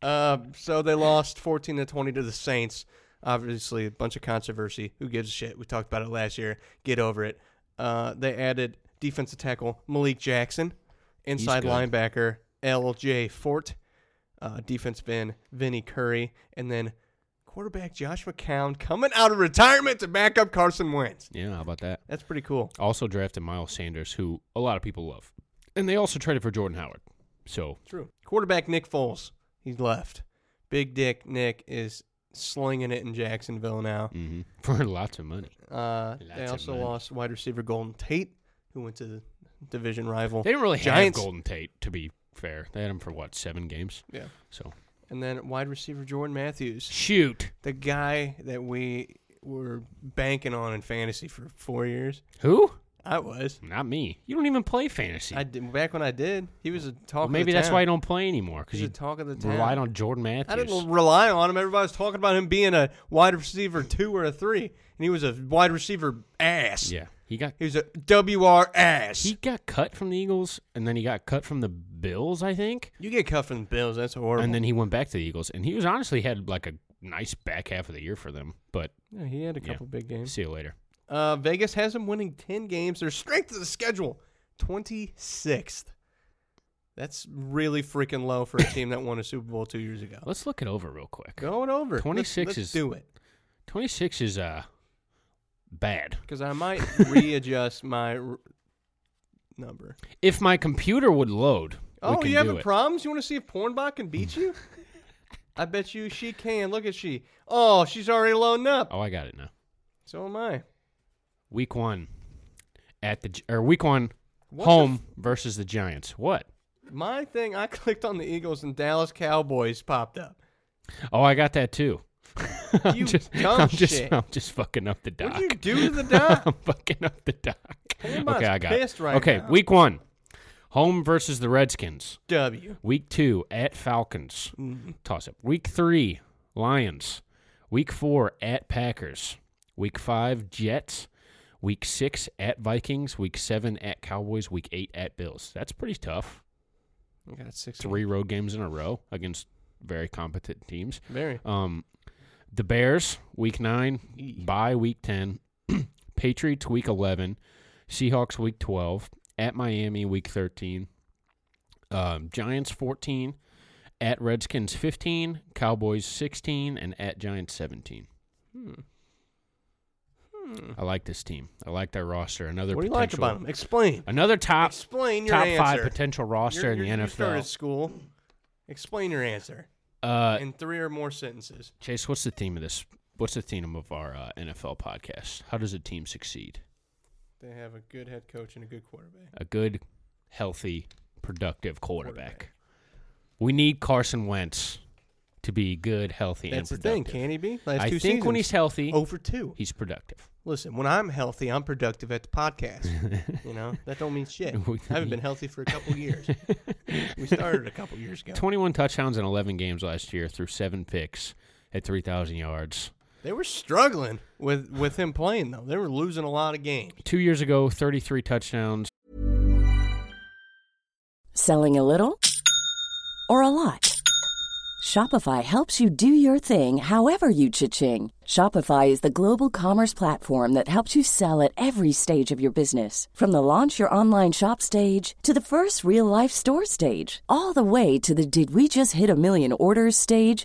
Speaker 4: uh, so they lost 14 to 20 to the Saints. Obviously, a bunch of controversy. Who gives a shit? We talked about it last year. Get over it. Uh, they added defensive tackle Malik Jackson, inside
Speaker 5: good.
Speaker 4: linebacker L.J. Fort, uh, defensive end Vinny Curry, and then quarterback Josh McCown coming out of retirement to back up Carson Wentz.
Speaker 5: Yeah, how about that?
Speaker 4: That's pretty cool.
Speaker 5: Also drafted Miles Sanders, who a lot of people love, and they also traded for Jordan Howard. So
Speaker 4: True. Quarterback Nick Foles, he's left. Big Dick Nick is slinging it in Jacksonville now.
Speaker 5: mhm, for lots of money,
Speaker 4: Uh, they
Speaker 5: Lots of
Speaker 4: also
Speaker 5: money.
Speaker 4: lost wide receiver Golden Tate, who went to the division rival.
Speaker 5: they didn't really
Speaker 4: Giants.
Speaker 5: have Golden Tate. To be fair, they had him for what seven games.
Speaker 4: Yeah.
Speaker 5: So
Speaker 4: And then wide receiver Jordan Matthews,
Speaker 5: shoot,
Speaker 4: the guy that we were banking on in fantasy for four years.
Speaker 5: who?
Speaker 4: I was.
Speaker 5: Not me. You don't even play fantasy.
Speaker 4: I did, back when I did, he was a talk.
Speaker 5: Well,
Speaker 4: of the
Speaker 5: maybe that's
Speaker 4: town.
Speaker 5: why you don't play anymore because
Speaker 4: He's
Speaker 5: you
Speaker 4: a talk of the town.
Speaker 5: relied on Jordan Matthews.
Speaker 4: I didn't rely on him. Everybody was talking about him being a wide receiver two or a three, and he was a wide receiver ass.
Speaker 5: Yeah, he got
Speaker 4: He was a WR ass.
Speaker 5: he got cut from the Eagles, and then he got cut from the Bills, I think,
Speaker 4: you get cut from the Bills. That's horrible.
Speaker 5: and then he went back to the Eagles, and he was honestly had like a nice back half of the year for them. But
Speaker 4: Yeah, he had a
Speaker 5: Yeah.
Speaker 4: couple big games.
Speaker 5: see you later.
Speaker 4: Uh, Vegas has him winning 10 games. Their strength of the schedule, 26th. That's really freaking low for a team that won a Super Bowl two years ago.
Speaker 5: Let's look it over real quick.
Speaker 4: Go it over. Let's-
Speaker 5: 26
Speaker 4: let's,
Speaker 5: is-
Speaker 4: do it.
Speaker 5: Twenty six is uh bad.
Speaker 4: Because I might readjust my r- number.
Speaker 5: If my computer would load, we
Speaker 4: Oh,
Speaker 5: can
Speaker 4: you
Speaker 5: do
Speaker 4: having
Speaker 5: it.
Speaker 4: problems? You want to see if Pornbot can beat you? I bet you she can. Look at she. Oh, she's already loading up.
Speaker 5: Oh, I got it now.
Speaker 4: So am I.
Speaker 5: Week one at the Gi- or week one
Speaker 4: What the
Speaker 5: home versus the Giants. What?
Speaker 4: My thing, I clicked on the Eagles and Dallas Cowboys popped up.
Speaker 5: Oh, I got that too. I'm
Speaker 4: You
Speaker 5: just,
Speaker 4: dumb
Speaker 5: I'm just,
Speaker 4: shit.
Speaker 5: I'm just fucking up the dock.
Speaker 4: What'd you do to the dock?
Speaker 5: I'm fucking up the dock.
Speaker 4: Everybody's
Speaker 5: okay, I got
Speaker 4: pissed
Speaker 5: it.
Speaker 4: right
Speaker 5: okay,
Speaker 4: now.
Speaker 5: week one, home versus the Redskins.
Speaker 4: W.
Speaker 5: Week two at Falcons. Toss up. Week three, Lions. Week four at Packers. Week five, Jets. Week six at Vikings. Week seven at Cowboys. Week eight at Bills. That's pretty tough.
Speaker 4: I got six.
Speaker 5: Three road games in a row against very competent teams.
Speaker 4: Very.
Speaker 5: Um, the Bears, week nine, bye week 10, Patriots, week 11, Seahawks, week 12, at Miami, week 13, um, Giants, 14, at Redskins, 15, Cowboys, 16, and at Giants, 17.
Speaker 4: Hmm.
Speaker 5: I like this team. I like their roster. Another
Speaker 4: What do you like
Speaker 5: potential,
Speaker 4: about them? Explain.
Speaker 5: Another top
Speaker 4: Explain your
Speaker 5: top five
Speaker 4: answer.
Speaker 5: potential roster
Speaker 4: You're-
Speaker 5: in the
Speaker 4: you're- you
Speaker 5: NFL.
Speaker 4: started school. Explain your answer
Speaker 5: uh,
Speaker 4: in three or more sentences.
Speaker 5: Chase, what's the theme of this? What's the theme of our uh, NFL podcast? How does a team succeed?
Speaker 4: They have a good head coach and a good quarterback.
Speaker 5: A good, healthy, productive quarterback. We need Carson Wentz to be good, healthy,
Speaker 4: That's the
Speaker 5: and productive.
Speaker 4: thing. Can he be? Last
Speaker 5: I
Speaker 4: two
Speaker 5: think when he's
Speaker 4: seasons, Oh.
Speaker 5: healthy,
Speaker 4: over two.
Speaker 5: he's productive.
Speaker 4: Listen, when I'm healthy, I'm productive at the podcast. you know that don't mean shit.
Speaker 5: We-
Speaker 4: I haven't been healthy for a couple years. we started a couple years ago.
Speaker 5: 21 touchdowns in 11 games last year through seven picks at 3,000 yards.
Speaker 4: They were struggling with with him playing though. They were losing a lot of games.
Speaker 5: Two years ago, 33 touchdowns.
Speaker 6: Selling a little or a lot? Shopify helps you do your thing however you cha-ching. Shopify is the global commerce platform that helps you sell at every stage of your business. From the launch your online shop stage to the first real life store stage, all the way to the did we just hit a million orders stage.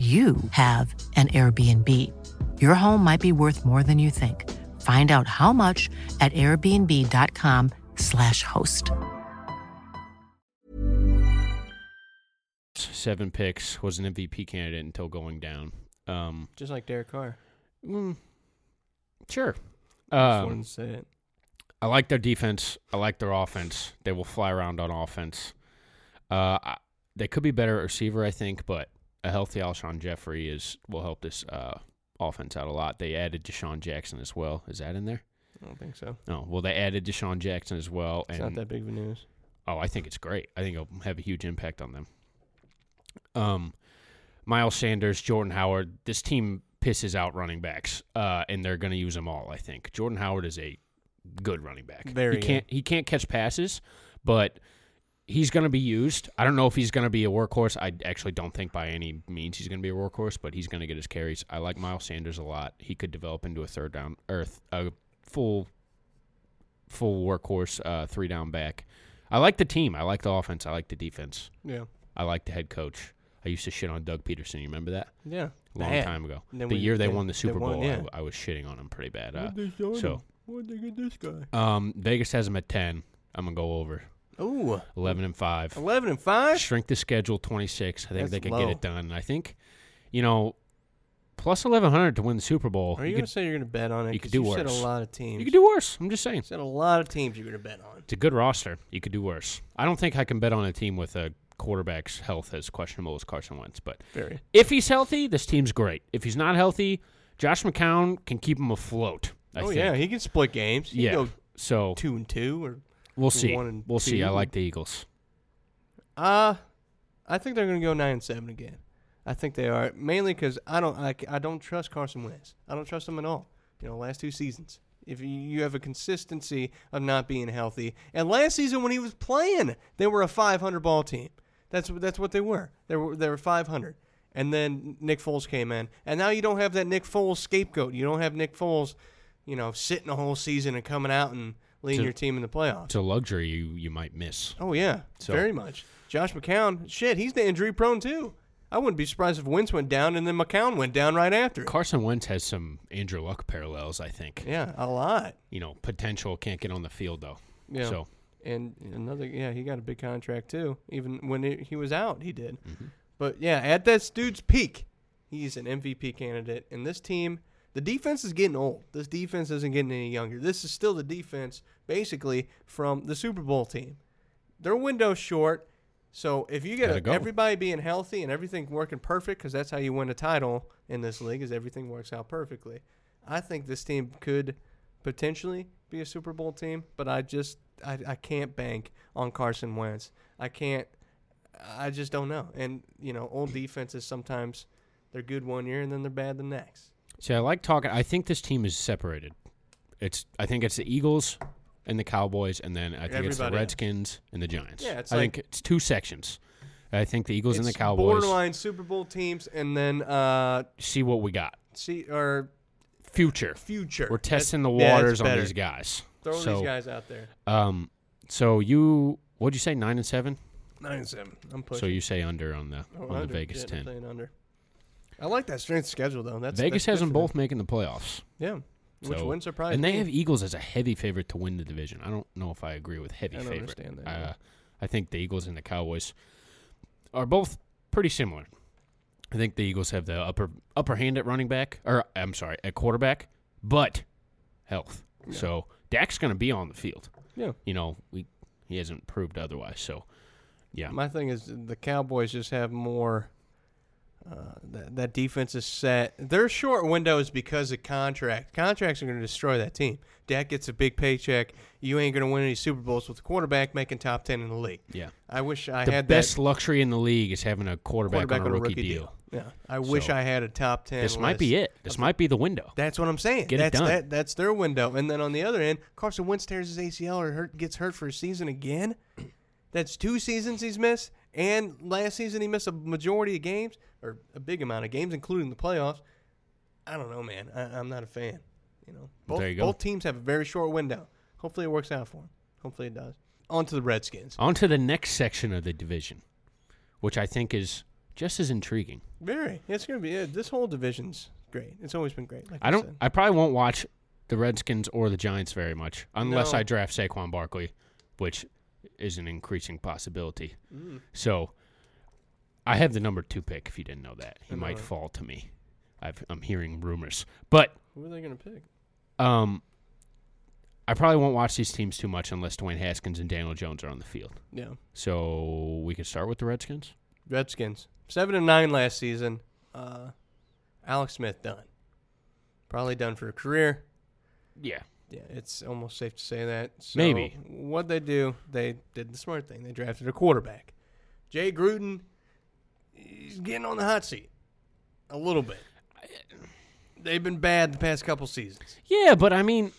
Speaker 7: you have an Airbnb. Your home might be worth more than you think. Find out how much at airbnb.com/slash host.
Speaker 5: seven picks, was an MVP candidate until going down. Um,
Speaker 4: Just like Derek Carr.
Speaker 5: mm, sure.
Speaker 4: I just wanted
Speaker 5: Um,
Speaker 4: to say it.
Speaker 5: I like their defense. I like their offense. They will fly around on offense. Uh, I- they could be better at receiver, I think, but a healthy Alshon Jeffrey is will help this uh, offense out a lot. They added Deshaun Jackson as well. Is that in there?
Speaker 4: I don't think so.
Speaker 5: No. Well, they added Deshaun Jackson as well.
Speaker 4: It's
Speaker 5: and
Speaker 4: not that big of a news.
Speaker 5: Oh, I think it's great. I think it'll have a huge impact on them. Um, Miles Sanders, Jordan Howard. This team pisses out running backs, uh, and they're going to use them all. I think Jordan Howard is a good running back.
Speaker 4: Very
Speaker 5: He
Speaker 4: good.
Speaker 5: can't he can't catch passes, but he's going to be used. I don't know if he's going to be a workhorse. I actually don't think by any means he's going to be a workhorse, but he's going to get his carries. I like Miles Sanders a lot. He could develop into a third down or th- a full full workhorse uh, three down back. I like the team. I like the offense. I like the defense.
Speaker 4: Yeah.
Speaker 5: I like the head coach. I used to shit on Doug Peterson. You remember that?
Speaker 4: Yeah.
Speaker 5: Long
Speaker 4: Bad.
Speaker 5: time ago.
Speaker 4: And then
Speaker 5: the
Speaker 4: we-
Speaker 5: year they
Speaker 4: they-
Speaker 5: won the
Speaker 4: they
Speaker 5: Super
Speaker 4: won,
Speaker 5: Bowl, I
Speaker 4: yeah.
Speaker 5: w- I, was shitting on him pretty bad. Uh,
Speaker 4: Where'd they sign
Speaker 5: so
Speaker 4: him? Where'd they get this guy?
Speaker 5: um, Vegas has him at ten. I'm gonna go over
Speaker 4: Ooh.
Speaker 5: eleven and five.
Speaker 4: Eleven and five?
Speaker 5: Shrink the schedule twenty six. I think
Speaker 4: That's
Speaker 5: they could
Speaker 4: low.
Speaker 5: get it done. I think, you know, plus eleven hundred to win the Super Bowl.
Speaker 4: Are you, gonna
Speaker 5: could,
Speaker 4: say you're gonna bet on it?
Speaker 5: you
Speaker 4: 'Cause
Speaker 5: could do
Speaker 4: you Said a
Speaker 5: worse.
Speaker 4: lot of teams.
Speaker 5: you could do worse. I'm just saying.
Speaker 4: Said a lot of teams you're gonna bet on.
Speaker 5: It's a good roster. You could do worse. I don't think I can bet on a team with a quarterback's health as questionable as Carson Wentz. But
Speaker 4: Very.
Speaker 5: if he's healthy, this team's great. If he's not healthy, Josh McCown can keep him afloat. I
Speaker 4: oh
Speaker 5: think.
Speaker 4: yeah, he can split games. He
Speaker 5: yeah.
Speaker 4: can go
Speaker 5: so
Speaker 4: two and two or
Speaker 5: we'll see.
Speaker 4: one and
Speaker 5: We'll see. I
Speaker 4: two.
Speaker 5: like the Eagles.
Speaker 4: Uh I think they're going to go nine and seven again. I think they are mainly because I don't I, I don't trust Carson Wentz. I don't trust him at all. You know, last two seasons. If you, you have a consistency of not being healthy, and last season when he was playing, they were a 500 ball team. That's that's what they were. They were they were 500. And then Nick Foles came in, and now you don't have that Nick Foles scapegoat. You don't have Nick Foles, you know, sitting a whole season and coming out and leading
Speaker 5: To-
Speaker 4: your team in the playoffs.
Speaker 5: It's a luxury you, you might miss.
Speaker 4: Oh yeah,
Speaker 5: So-
Speaker 4: very much. Josh McCown, shit, he's the injury prone too. I wouldn't be surprised if Wentz went down and then McCown went down right after. it.
Speaker 5: Carson Wentz has some Andrew Luck parallels. I think.
Speaker 4: yeah, a lot.
Speaker 5: You know, potential can't get on the field though.
Speaker 4: Yeah.
Speaker 5: So
Speaker 4: And another, yeah, he got a big contract too. Even when he- he was out, he did. But yeah, at this dude's peak, he's an MVP candidate. And this team, the defense is getting old. This defense isn't getting any younger. This is still the defense, basically, from the Super Bowl team. Their window's short. So if you get
Speaker 5: Gotta
Speaker 4: a-
Speaker 5: go.
Speaker 4: everybody being healthy and everything working perfect, because that's how you win a title in this league, is everything works out perfectly. I think this team could potentially be a Super Bowl team, but I just I, I can't bank on Carson Wentz. I can't. I just don't know. And you know, old defenses sometimes they're good one year and then they're bad the next.
Speaker 5: See, I like talking. I think this team is separated. It's I think it's the Eagles and the Cowboys, and then I think it's
Speaker 4: Everybody
Speaker 5: the
Speaker 4: else.
Speaker 5: Redskins and the Giants.
Speaker 4: Yeah, it's
Speaker 5: I
Speaker 4: like-
Speaker 5: think it's two sections. I think the Eagles and the
Speaker 4: It's
Speaker 5: Cowboys.
Speaker 4: borderline Super Bowl teams, and then uh,
Speaker 5: See what we got.
Speaker 4: see or
Speaker 5: Future.
Speaker 4: future.
Speaker 5: We're
Speaker 4: That's-
Speaker 5: testing the
Speaker 4: yeah, that's
Speaker 5: waters on
Speaker 4: better.
Speaker 5: these guys.
Speaker 4: Throw
Speaker 5: so,
Speaker 4: these guys out there.
Speaker 5: Um, so you what'd you say nine and seven?
Speaker 4: Nine and seven. I'm pushing.
Speaker 5: So you say under on the
Speaker 4: Oh,
Speaker 5: on
Speaker 4: under.
Speaker 5: the Vegas
Speaker 4: Yeah, they're
Speaker 5: ten.
Speaker 4: playing under. I like that strength schedule though. That's
Speaker 5: Vegas
Speaker 4: that's
Speaker 5: has
Speaker 4: good
Speaker 5: them
Speaker 4: for
Speaker 5: both making the playoffs.
Speaker 4: Yeah, which
Speaker 5: So-
Speaker 4: wouldn't surprise
Speaker 5: And
Speaker 4: me.
Speaker 5: they have Eagles as a heavy favorite to win the division. I don't know if I agree with heavy
Speaker 4: I don't
Speaker 5: favorite.
Speaker 4: understand that,
Speaker 5: Uh,
Speaker 4: yeah.
Speaker 5: I think the Eagles and the Cowboys are both pretty similar. I think the Eagles have the upper upper hand at running back, or I'm sorry, at quarterback, but health. So Dak's going to be on the field.
Speaker 4: yeah.
Speaker 5: You know, we he hasn't proved otherwise. So yeah,
Speaker 4: My thing is the Cowboys just have more. Uh, that, that defense is set. Their short window is because of contract. Contracts are going to destroy that team. Dak gets a big paycheck. You ain't going to win any Super Bowls with a quarterback making top ten in the league.
Speaker 5: yeah.
Speaker 4: I wish I
Speaker 5: the
Speaker 4: had
Speaker 5: best
Speaker 4: that
Speaker 5: luxury in the league is having a quarterback,
Speaker 4: quarterback
Speaker 5: on a rookie, deal.
Speaker 4: Yeah, I wish
Speaker 5: So,
Speaker 4: I had a top ten.
Speaker 5: This might be
Speaker 4: list.
Speaker 5: it. This might be the window.
Speaker 4: That's what I'm saying.
Speaker 5: Get it
Speaker 4: that's
Speaker 5: done.
Speaker 4: That, that's their window. And then on the other end, Carson Wentz tears his ACL or hurt, gets hurt for a season again. That's two seasons he's missed. And last season he missed a majority of games or a big amount of games, including the playoffs. I don't know, man. I, I'm not a fan. You know, both,
Speaker 5: There you go.
Speaker 4: both teams have a very short window. Hopefully it works out for them. Hopefully it does. On to the Redskins.
Speaker 5: On to the next section of the division, which I think is just as intriguing.
Speaker 4: Very. It's gonna be. Yeah, this whole division's great. It's always been great. Like
Speaker 5: I
Speaker 4: you
Speaker 5: don't.
Speaker 4: said.
Speaker 5: I probably won't watch the Redskins or the Giants very much unless
Speaker 4: No.
Speaker 5: I draft Saquon
Speaker 4: Mm.
Speaker 5: Barkley, which is an increasing possibility. So I have the number two pick. If you didn't know that, he might fall to me. I've, I'm hearing rumors, but
Speaker 4: Who are they going to pick?
Speaker 5: um, I probably won't watch these teams too much unless Dwayne Haskins and Daniel Jones are on the field.
Speaker 4: Yeah.
Speaker 5: So we can start with the Redskins.
Speaker 4: Redskins. Seven and nine last season. Uh, Alex Smith done. Probably done for a career.
Speaker 5: Yeah,
Speaker 4: Yeah, it's almost safe to say that. So
Speaker 5: Maybe.
Speaker 4: What they do, they did the smart thing. They drafted a quarterback. Jay Gruden, he's getting on the hot seat a little bit. They've been bad the past couple seasons.
Speaker 5: yeah, but I mean,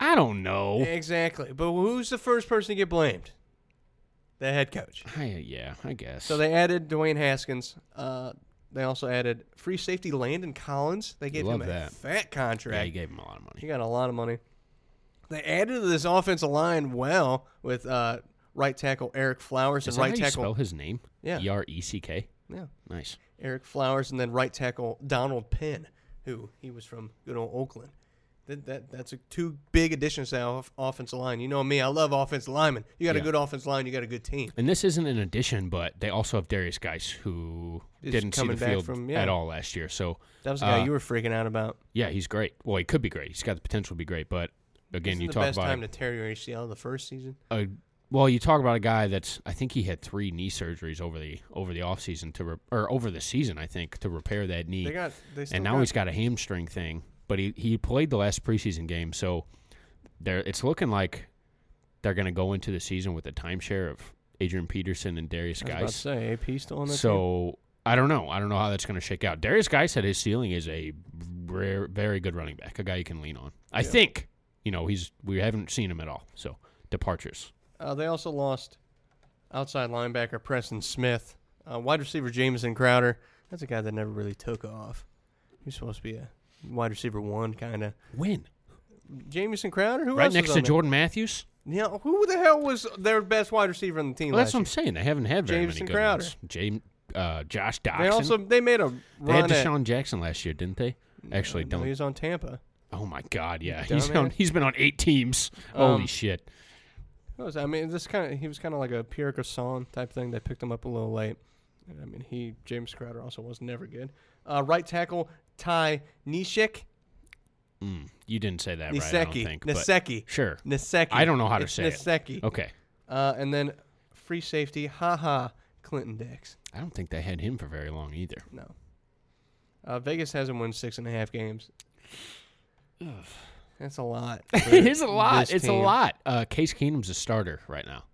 Speaker 5: I don't know.
Speaker 4: Exactly. But who's the first person to get blamed? The head coach.
Speaker 5: I, uh, yeah, I guess.
Speaker 4: So they added Dwayne Haskins. Uh, they also added free safety Landon Collins. They gave
Speaker 5: Love
Speaker 4: him a
Speaker 5: that.
Speaker 4: fat
Speaker 5: yeah,
Speaker 4: contract.
Speaker 5: he gave him a lot of money.
Speaker 4: He got a lot of money. They added to this offensive line well with uh, right tackle Eric Flowers and
Speaker 5: Is that
Speaker 4: right
Speaker 5: how you spell
Speaker 4: tackle
Speaker 5: his name?
Speaker 4: Yeah.
Speaker 5: E R E C K.
Speaker 4: yeah,
Speaker 5: Nice.
Speaker 4: Eric Flowers and then right tackle Donald Penn, who he was from good old Oakland. That, that that's a, two big additions to that off, offensive line. You know me, I love offensive linemen. You got
Speaker 5: Yeah.
Speaker 4: a good offensive line, you got a good team.
Speaker 5: And this isn't an addition, but they also have Darius Geis, who
Speaker 4: Is
Speaker 5: didn't see the
Speaker 4: coming back
Speaker 5: field
Speaker 4: from- yeah.
Speaker 5: at all last year. So
Speaker 4: That was the guy
Speaker 5: uh,
Speaker 4: you were freaking out about.
Speaker 5: Yeah, he's great. Well, he could be great. He's got the potential to be great, but again,
Speaker 4: Isn't
Speaker 5: you
Speaker 4: the
Speaker 5: talk
Speaker 4: best
Speaker 5: about
Speaker 4: time to tear your ACL the first season.
Speaker 5: a, well, you talk about a guy that's I think he had three knee surgeries over the over the offseason to re, or over the season I think to repair that knee.
Speaker 4: They got they still
Speaker 5: and now he's got a hamstring thing, but he, he played the last preseason game, so they're it's looking like they're going to go into the season with a timeshare of Adrian Peterson and
Speaker 4: I
Speaker 5: Darius
Speaker 4: was
Speaker 5: Geis.
Speaker 4: about to say AP still on that team?
Speaker 5: So I don't know. I don't know how that's going to shake out. Darius Guy said his ceiling is a rare, very good running back, a guy you can lean on. I think you know he's. We haven't seen him at all. So departures.
Speaker 4: Uh, they also lost outside linebacker Preston Smith, uh, wide receiver Jameson Crowder. That's a guy that never really took off. He's supposed to be a wide receiver one kind of.
Speaker 5: Win
Speaker 4: Jameson Crowder, who
Speaker 5: right
Speaker 4: else
Speaker 5: next
Speaker 4: was
Speaker 5: to
Speaker 4: on
Speaker 5: Jordan Matthews.
Speaker 4: There? Yeah, who the hell was their best wide receiver on the team?
Speaker 5: Well, that's what I'm
Speaker 4: last
Speaker 5: saying. They haven't had very
Speaker 4: Jameson
Speaker 5: many good
Speaker 4: Crowder.
Speaker 5: ones. James, uh, Josh Doxson.
Speaker 4: year? They also they made a run
Speaker 5: They had
Speaker 4: at-
Speaker 5: Deshaun Jackson last year, didn't they? Actually,
Speaker 4: No,
Speaker 5: don't.
Speaker 4: He was on Tampa.
Speaker 5: oh my God, yeah,
Speaker 4: You
Speaker 5: he's on.
Speaker 4: dumbass.
Speaker 5: He's been on eight teams. Holy
Speaker 4: Um,
Speaker 5: shit!
Speaker 4: Who was- I mean, this kind of he was kind of like a Pierre Gasson type thing. They picked him up a little late. I mean, he James Crowder also was never good. Uh, right tackle Ty Nishik.
Speaker 5: Mm, you didn't say that right. I don't
Speaker 4: Niseki.
Speaker 5: think. but
Speaker 4: Niseki.
Speaker 5: Sure.
Speaker 4: Niseki.
Speaker 5: I don't know how to
Speaker 4: It's
Speaker 5: say it.
Speaker 4: Niseki.
Speaker 5: Okay.
Speaker 4: Uh, and then free safety, haha, Clinton Dix.
Speaker 5: I don't think they had him for very long either.
Speaker 4: No. Uh, Vegas hasn't won six and a half games. That's a lot. for
Speaker 5: it is a lot.
Speaker 4: this
Speaker 5: It's
Speaker 4: team.
Speaker 5: a lot. Uh, Case Keenum's a starter right now.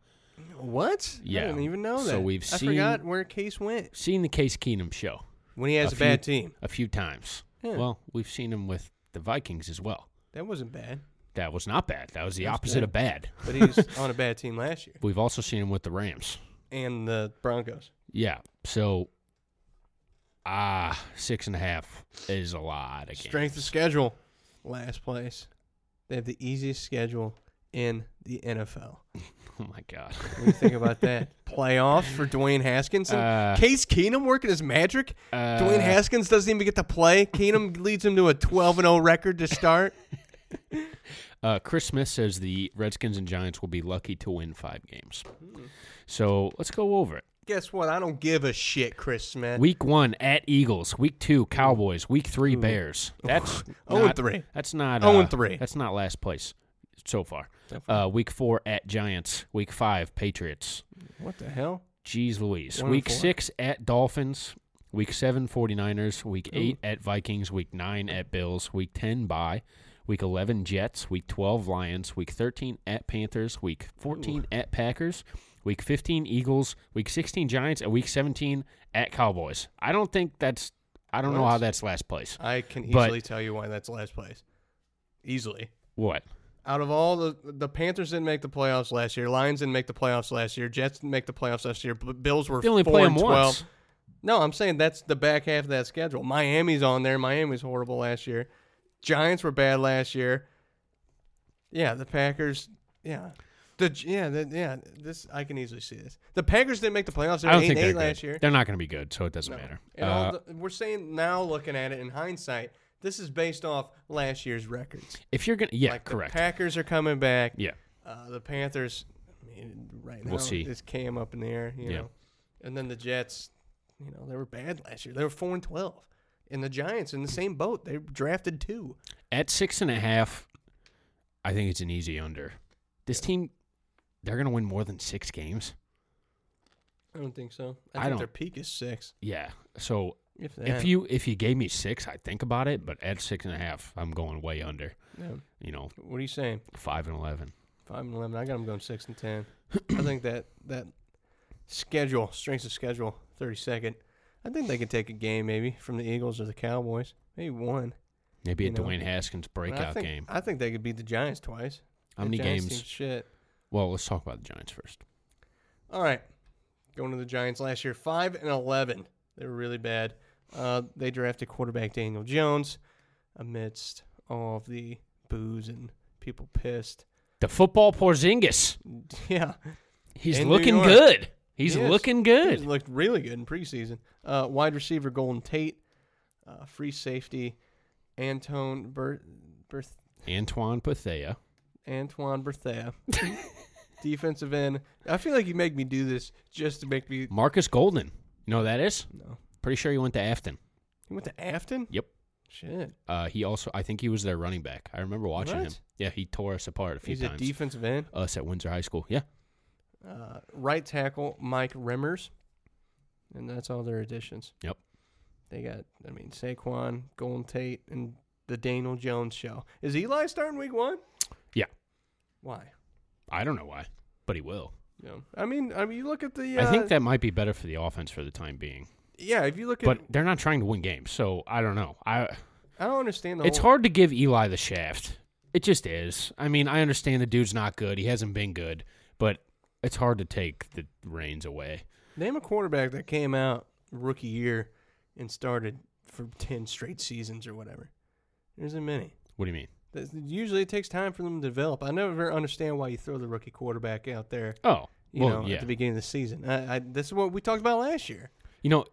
Speaker 4: What?
Speaker 5: Yeah.
Speaker 4: I didn't even know
Speaker 5: So
Speaker 4: that.
Speaker 5: we've
Speaker 4: I
Speaker 5: seen-
Speaker 4: forgot where Case went
Speaker 5: Seen the Case Keenum show.
Speaker 4: when he has a,
Speaker 5: few-
Speaker 4: bad team.
Speaker 5: A few times.
Speaker 4: Yeah.
Speaker 5: Well, we've seen him with the Vikings as well.
Speaker 4: That wasn't bad,
Speaker 5: That was not bad. That was the
Speaker 4: That's
Speaker 5: opposite
Speaker 4: good.
Speaker 5: of bad.
Speaker 4: but he was on a bad team last year
Speaker 5: We've also seen him with the Rams.
Speaker 4: and the Broncos.
Speaker 5: Yeah. So, ah, six and a half is a lot. Again.
Speaker 4: Strength of schedule, last place. They have the easiest schedule in the NFL.
Speaker 5: Oh my god.
Speaker 4: What do you think about that? Playoffs for Dwayne Haskins?
Speaker 5: Uh,
Speaker 4: Case Keenum working his magic?
Speaker 5: Uh,
Speaker 4: Dwayne Haskins doesn't even get to play. Keenum leads him to a 12 0 record to start.
Speaker 5: Uh, Chris Smith says the Redskins and Giants will be lucky to win five games.
Speaker 4: Hmm.
Speaker 5: So let's go over it.
Speaker 4: Guess what? I don't give a shit, Chris Smith.
Speaker 5: Week one at Eagles. Week two Cowboys. Week three Bears. That's
Speaker 4: Hmm. Oh and
Speaker 5: not-
Speaker 4: three.
Speaker 5: That's not
Speaker 4: Oh and
Speaker 5: uh,
Speaker 4: three.
Speaker 5: That's not last place so far. Uh, week four at Giants. Week five Patriots.
Speaker 4: what the hell?
Speaker 5: Jeez Louise.
Speaker 4: One and
Speaker 5: Week
Speaker 4: four.
Speaker 5: six at Dolphins. Week seven 49ers. Week eight at Vikings. Week nine at Bills. Week ten bye. Week eleven Jets. Week twelve Lions. Week thirteen at Panthers. Week fourteen at Packers. Week fifteen Eagles. Week sixteen Giants. And week seventeen at Cowboys. I don't think that's. I don't know
Speaker 4: What?
Speaker 5: how that's last place.
Speaker 4: I can
Speaker 5: But-
Speaker 4: easily tell you why that's last place. Easily.
Speaker 5: What?
Speaker 4: Out of all the the Panthers didn't make the playoffs last year. Lions didn't make the playoffs last year. Jets didn't make the playoffs last year. B- Bills were
Speaker 5: They only
Speaker 4: four
Speaker 5: play them
Speaker 4: and 12.
Speaker 5: once.
Speaker 4: No, I'm saying that's the back half of that schedule. Miami's on there. Miami's horrible last year. Giants were bad last year. Yeah, the Packers. Yeah, the yeah the, yeah. This I can easily see this. The Packers didn't make the playoffs. They
Speaker 5: I
Speaker 4: were
Speaker 5: don't
Speaker 4: eight and
Speaker 5: think they're
Speaker 4: eight
Speaker 5: good.
Speaker 4: last year.
Speaker 5: They're not going to be good, so it doesn't
Speaker 4: No.
Speaker 5: matter.
Speaker 4: And all
Speaker 5: Uh,
Speaker 4: the- we're saying now, looking at it in hindsight, this is based off last year's records.
Speaker 5: if you're gonna, yeah,
Speaker 4: Like,
Speaker 5: correct.
Speaker 4: The Packers are coming back.
Speaker 5: yeah,
Speaker 4: Uh, the Panthers, I mean, right now,
Speaker 5: We'll see.
Speaker 4: This came up in the air, you
Speaker 5: Yeah.
Speaker 4: know. And then the Jets, you know, they were bad last year. They were four and twelve. And the Giants in the same boat. They drafted two.
Speaker 5: At six and a half, I think it's an easy under. This team, they're going to win more than six games.
Speaker 4: I don't think so.
Speaker 5: I
Speaker 4: I, think
Speaker 5: don't-
Speaker 4: their peak is six.
Speaker 5: Yeah. So
Speaker 4: If that.
Speaker 5: if you if you gave me six, I'd think about it. But at six and a half, I'm going way under.
Speaker 4: Yeah.
Speaker 5: You know,
Speaker 4: What are you saying?
Speaker 5: five and eleven.
Speaker 4: Five and eleven. I got them going six and ten. I think that that schedule, strengths of schedule, thirty second. I think they could take a game maybe from the Eagles or the Cowboys. Maybe one
Speaker 5: Maybe
Speaker 4: You
Speaker 5: a
Speaker 4: know,
Speaker 5: Dwayne Haskins
Speaker 4: But I
Speaker 5: breakout
Speaker 4: think,
Speaker 5: game.
Speaker 4: I think they could beat the Giants twice.
Speaker 5: How
Speaker 4: The
Speaker 5: many
Speaker 4: Giants
Speaker 5: games?
Speaker 4: team's Shit.
Speaker 5: Well, let's talk about the Giants first.
Speaker 4: All right. Going to the Giants last year, five and eleven. They were really bad. Uh, they drafted quarterback Daniel Jones amidst all of the booze and people pissed.
Speaker 5: The football Porzingis.
Speaker 4: Yeah.
Speaker 5: He's
Speaker 4: In New
Speaker 5: looking
Speaker 4: York.
Speaker 5: good. He's
Speaker 4: He is.
Speaker 5: looking
Speaker 4: He
Speaker 5: good.
Speaker 4: looked really good in preseason. Uh, wide receiver Golden Tate, uh, free safety Antone Ber- Berth-
Speaker 5: Antoine Pathea.
Speaker 4: Antoine Berthea, defensive end. I feel like you make me do this just to make me.
Speaker 5: Marcus Golden. You know who that is?
Speaker 4: No,
Speaker 5: Pretty sure he went to Afton.
Speaker 4: he went to Afton.
Speaker 5: Yep.
Speaker 4: Shit,
Speaker 5: Uh, he also, I think he was their running back. I remember watching
Speaker 4: What?
Speaker 5: him. Yeah, he tore us apart a few
Speaker 4: he's
Speaker 5: times.
Speaker 4: a defensive end.
Speaker 5: us at Windsor High School. Yeah.
Speaker 4: Uh, right tackle Mike Remmers, and that's all their additions.
Speaker 5: Yep.
Speaker 4: They got, I mean, Saquon, Golden Tate, and the Daniel Jones show. Is Eli starting week one?
Speaker 5: Yeah.
Speaker 4: Why?
Speaker 5: I don't know why, but he will.
Speaker 4: Yeah. I mean, I mean, you look at the.
Speaker 5: I
Speaker 4: Uh,
Speaker 5: think that might be better for the offense for the time being.
Speaker 4: Yeah, if you look at,
Speaker 5: But they're not trying to win games, so I don't know. I
Speaker 4: I don't understand the.
Speaker 5: it's
Speaker 4: whole,
Speaker 5: hard to give Eli the shaft. It just is. I mean, I understand the dude's not good. He hasn't been good, but it's hard to take the reins away.
Speaker 4: Name a quarterback that came out rookie year and started for ten straight seasons or whatever. There isn't many.
Speaker 5: What do you mean?
Speaker 4: That's, usually, it takes time for them to develop. I never understand why you throw the rookie quarterback out there.
Speaker 5: Oh,
Speaker 4: You
Speaker 5: well,
Speaker 4: know,
Speaker 5: yeah.
Speaker 4: at the beginning of the season. I, I, this is what we talked about last year.
Speaker 5: you know,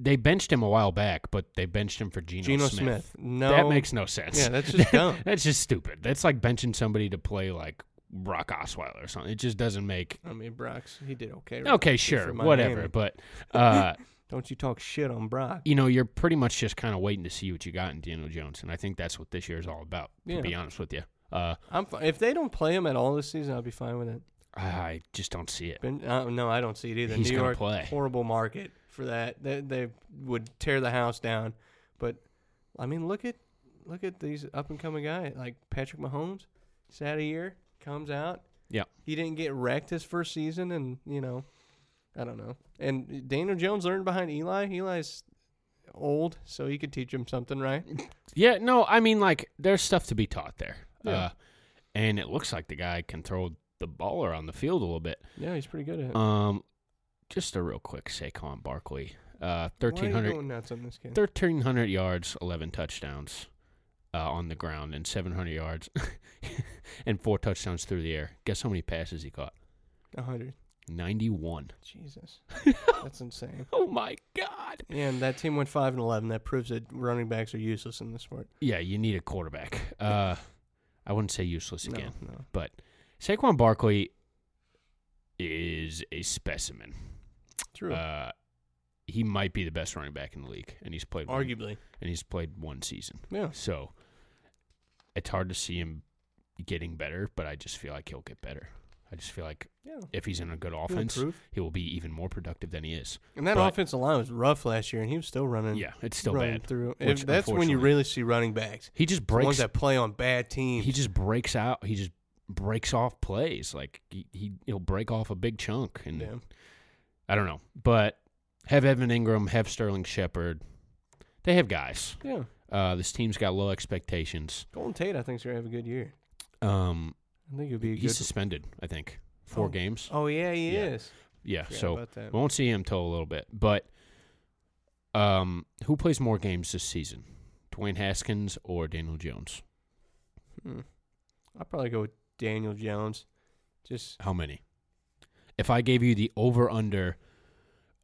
Speaker 5: they benched him a while back, but they benched him for Geno,
Speaker 4: Geno
Speaker 5: Smith.
Speaker 4: Smith. No,
Speaker 5: that makes no sense.
Speaker 4: Yeah, that's just dumb.
Speaker 5: that's just stupid. That's like benching somebody to play like Brock Osweiler or something. It just doesn't make.
Speaker 4: I mean, Brock's he did okay.
Speaker 5: Okay,
Speaker 4: for
Speaker 5: sure,
Speaker 4: Miami.
Speaker 5: whatever, but uh,
Speaker 4: don't you talk shit on Brock.
Speaker 5: you know, you're pretty much just kind of waiting to see what you got in Daniel Jones, and I think that's what this year is all about.
Speaker 4: Yeah.
Speaker 5: To be honest with you, uh,
Speaker 4: I'm fi- if they don't play him at all this season, I'll be fine with it.
Speaker 5: I just don't see it.
Speaker 4: Ben, uh, no, I don't see it either.
Speaker 5: He's
Speaker 4: New
Speaker 5: gonna
Speaker 4: York,
Speaker 5: play.
Speaker 4: horrible market for that. They, they would tear the house down. But I mean, look at look at these up and coming guys like Patrick Mahomes. He's out a year, comes out.
Speaker 5: Yeah,
Speaker 4: He didn't get wrecked his first season, and you know, I don't know. And Daniel Jones learned behind Eli. Eli's old, so he could teach him something, right?
Speaker 5: yeah, no, I mean, like there's stuff to be taught there,
Speaker 4: Yeah.
Speaker 5: uh, and it looks like the guy can throw the ball around the field a little bit.
Speaker 4: Yeah, he's pretty good at it.
Speaker 5: Um, just a real quick Saquon Barkley, uh, thirteen
Speaker 4: Why are you
Speaker 5: hundred.
Speaker 4: going nuts on this kid?
Speaker 5: 1,300 yards, 11 touchdowns uh, on the ground, and 700 yards and four touchdowns through the air. Guess how many passes he caught?
Speaker 4: A hundred.
Speaker 5: 91.
Speaker 4: Jesus, that's insane.
Speaker 5: Oh my God.
Speaker 4: Yeah, and that team went five and eleven. That proves that running backs are useless in this sport.
Speaker 5: Yeah, you need a quarterback. Uh, I wouldn't say useless
Speaker 4: No,
Speaker 5: again,
Speaker 4: no.
Speaker 5: but Saquon Barkley is a specimen.
Speaker 4: True.
Speaker 5: Uh, he might be the best running back in the league, and he's played one-
Speaker 4: Arguably.
Speaker 5: and he's played one season.
Speaker 4: Yeah.
Speaker 5: So it's hard to see him getting better, but I just feel like he'll get better. I just feel like
Speaker 4: Yeah.
Speaker 5: if he's in a good offense,
Speaker 4: improve.
Speaker 5: he will be even more productive than he is.
Speaker 4: And that
Speaker 5: But-
Speaker 4: offensive line was rough last year, and he was still running.
Speaker 5: Yeah, it's still
Speaker 4: running
Speaker 5: bad.
Speaker 4: Through.
Speaker 5: which
Speaker 4: If- that's when you
Speaker 5: unfortunately-
Speaker 4: really see running backs.
Speaker 5: he just
Speaker 4: the ones
Speaker 5: breaks.
Speaker 4: that play on bad teams.
Speaker 5: He just breaks out. He just breaks off plays. Like he, he he'll break off a big chunk, and
Speaker 4: Yeah.
Speaker 5: I don't know. But have Evan Ingram, have Sterling Shepard. They have guys.
Speaker 4: yeah.
Speaker 5: Uh, this team's got low expectations.
Speaker 4: Golden Tate, I think, is going to have a good year.
Speaker 5: Um,
Speaker 4: I think he'll be a
Speaker 5: he's
Speaker 4: good.
Speaker 5: suspended. I think four
Speaker 4: Oh.
Speaker 5: games.
Speaker 4: Oh, yeah, he
Speaker 5: Yeah.
Speaker 4: is.
Speaker 5: Yeah,
Speaker 4: Forgot
Speaker 5: so
Speaker 4: about that.
Speaker 5: we won't see him till a little bit. But um, who plays more games this season, Dwayne Haskins or Daniel Jones?
Speaker 4: Hmm. I'll probably go with Daniel Jones. Just
Speaker 5: How many? If I gave you the over under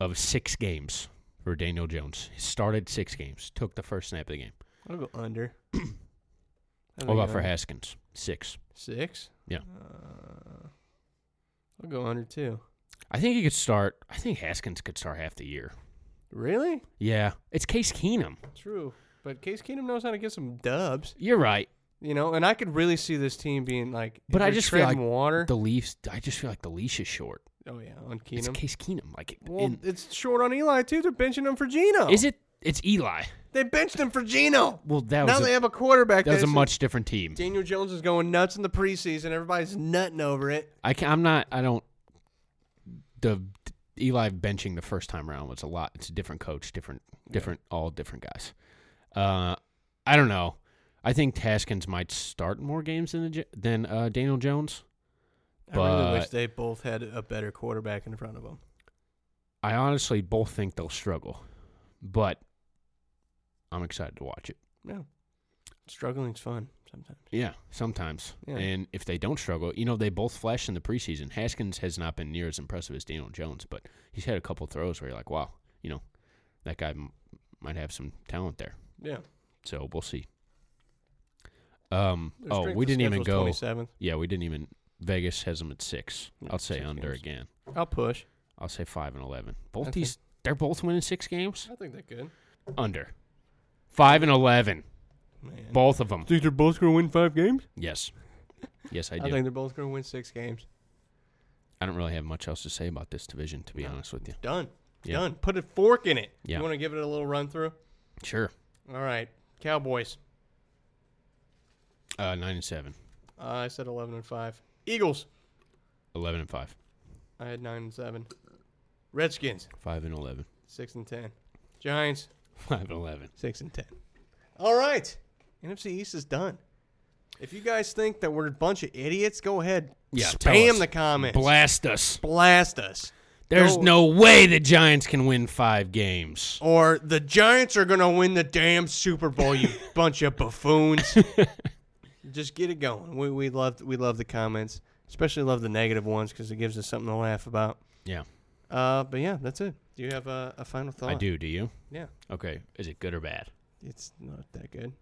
Speaker 5: of six games for Daniel Jones, he started six games, took the first snap of the game.
Speaker 4: I'll go under. I
Speaker 5: What
Speaker 4: think
Speaker 5: about for
Speaker 4: under.
Speaker 5: Haskins? Six.
Speaker 4: Six?
Speaker 5: Yeah,
Speaker 4: Uh, I'll go under two.
Speaker 5: I think he could start. I think Haskins could start half the year.
Speaker 4: Really?
Speaker 5: Yeah, it's Case Keenum.
Speaker 4: True. But Case Keenum knows how to get some dubs,
Speaker 5: You're right,
Speaker 4: you know. And I could really see this team being like, if
Speaker 5: but I
Speaker 4: they're
Speaker 5: just feel like
Speaker 4: treading water.
Speaker 5: the Leafs. I just feel like the leash is short.
Speaker 4: oh yeah, on
Speaker 5: It's
Speaker 4: Keenum.
Speaker 5: Case Keenum. Like,
Speaker 4: well,
Speaker 5: in-
Speaker 4: it's short on Eli too. They're benching him for Gino.
Speaker 5: is it? It's Eli.
Speaker 4: They benched him for Gino.
Speaker 5: Well, that
Speaker 4: now
Speaker 5: was a-
Speaker 4: they have a quarterback.
Speaker 5: That was a
Speaker 4: that's-
Speaker 5: much different team.
Speaker 4: Daniel Jones is going nuts in the preseason. Everybody's nutting over it.
Speaker 5: I can, I'm not. I don't. The Eli benching the first time around was a lot. It's a different coach, different, different, all different guys. Uh, I don't know. I think Taskins might start more games than the J- than uh, Daniel Jones.
Speaker 4: I really wish
Speaker 5: But-
Speaker 4: they both had a better quarterback in front of them.
Speaker 5: I honestly both think they'll struggle, but I'm excited to watch it.
Speaker 4: No, struggling's fun sometimes.
Speaker 5: Yeah, sometimes.
Speaker 4: Yeah.
Speaker 5: And if they don't struggle, you know, they both flash in the preseason. Haskins has not been near as impressive as Daniel Jones, but he's had a couple throws where you're like, wow, you know, that guy m- might have some talent there.
Speaker 4: Yeah.
Speaker 5: So we'll see. Um.
Speaker 4: Their
Speaker 5: Oh,
Speaker 4: strength
Speaker 5: we
Speaker 4: of
Speaker 5: didn't even
Speaker 4: schedule's
Speaker 5: go.
Speaker 4: 27th.
Speaker 5: Yeah, we didn't even. Vegas has them at six.
Speaker 4: Yeah,
Speaker 5: I'll say
Speaker 4: six
Speaker 5: under
Speaker 4: games.
Speaker 5: again.
Speaker 4: I'll push.
Speaker 5: I'll say five and eleven.
Speaker 4: I
Speaker 5: Both
Speaker 4: think-
Speaker 5: these, they're both winning six games.
Speaker 4: I think they're good.
Speaker 5: Under. Five and eleven.
Speaker 4: Man.
Speaker 5: Both of them.
Speaker 4: Think they're both going to win five games?
Speaker 5: Yes. Yes, I do.
Speaker 4: I, think they're both going to win six games.
Speaker 5: I don't really have much else to say about this division, to be honest with you.
Speaker 4: Done.
Speaker 5: Yeah.
Speaker 4: Done. Put a fork in it.
Speaker 5: Yeah.
Speaker 4: You want to give it a little run through?
Speaker 5: Sure.
Speaker 4: All right. Cowboys.
Speaker 5: Uh, nine and seven.
Speaker 4: Uh, I said 11 and 5. Eagles.
Speaker 5: Eleven and five.
Speaker 4: I had 9 and 7. Redskins.
Speaker 5: Five and eleven.
Speaker 4: 6 and 10. Giants.
Speaker 5: Five and eleven.
Speaker 4: 6 and 10. All right. NFC East is done. If you guys think that we're a bunch of idiots, go ahead.
Speaker 5: Yeah. tell
Speaker 4: Spam
Speaker 5: us.
Speaker 4: the comments.
Speaker 5: Blast us.
Speaker 4: Blast us.
Speaker 5: There's
Speaker 4: Go-
Speaker 5: no way the Giants can win five games.
Speaker 4: or the Giants are going to win the damn Super Bowl, you bunch of buffoons. Just get it going. We, we love we love the comments, especially love the negative ones because it gives us something to laugh about.
Speaker 5: Yeah.
Speaker 4: Uh, but yeah, that's it. Do you have a, a final thought?
Speaker 5: I do. Do you?
Speaker 4: Yeah,
Speaker 5: Okay. Is it good or bad?
Speaker 4: it's not that good.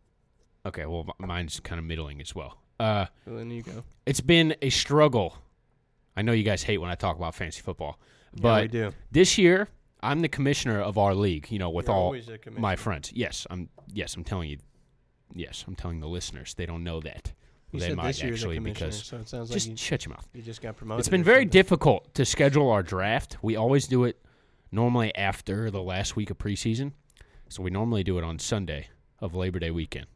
Speaker 5: Okay. Well, m- mine's kind of middling as well. Uh,
Speaker 4: Well, then you go.
Speaker 5: it's been a struggle. I know you guys hate when I talk about fantasy football, but
Speaker 4: we do.
Speaker 5: this year I'm the commissioner of our league. You know, with
Speaker 4: You're
Speaker 5: all
Speaker 4: always the commissioner.
Speaker 5: my friends. Yes, I'm. Yes, I'm telling you. Yes, I'm telling the listeners. They don't know that.
Speaker 4: You
Speaker 5: they
Speaker 4: said
Speaker 5: might
Speaker 4: this year's the
Speaker 5: actually
Speaker 4: commissioner,
Speaker 5: because
Speaker 4: so it sounds like
Speaker 5: just
Speaker 4: you-
Speaker 5: shut your mouth.
Speaker 4: You just got promoted.
Speaker 5: It's been
Speaker 4: or
Speaker 5: very
Speaker 4: something.
Speaker 5: difficult to schedule our draft. We always do it normally after the last week of preseason. So we normally do it on Sunday of Labor Day weekend.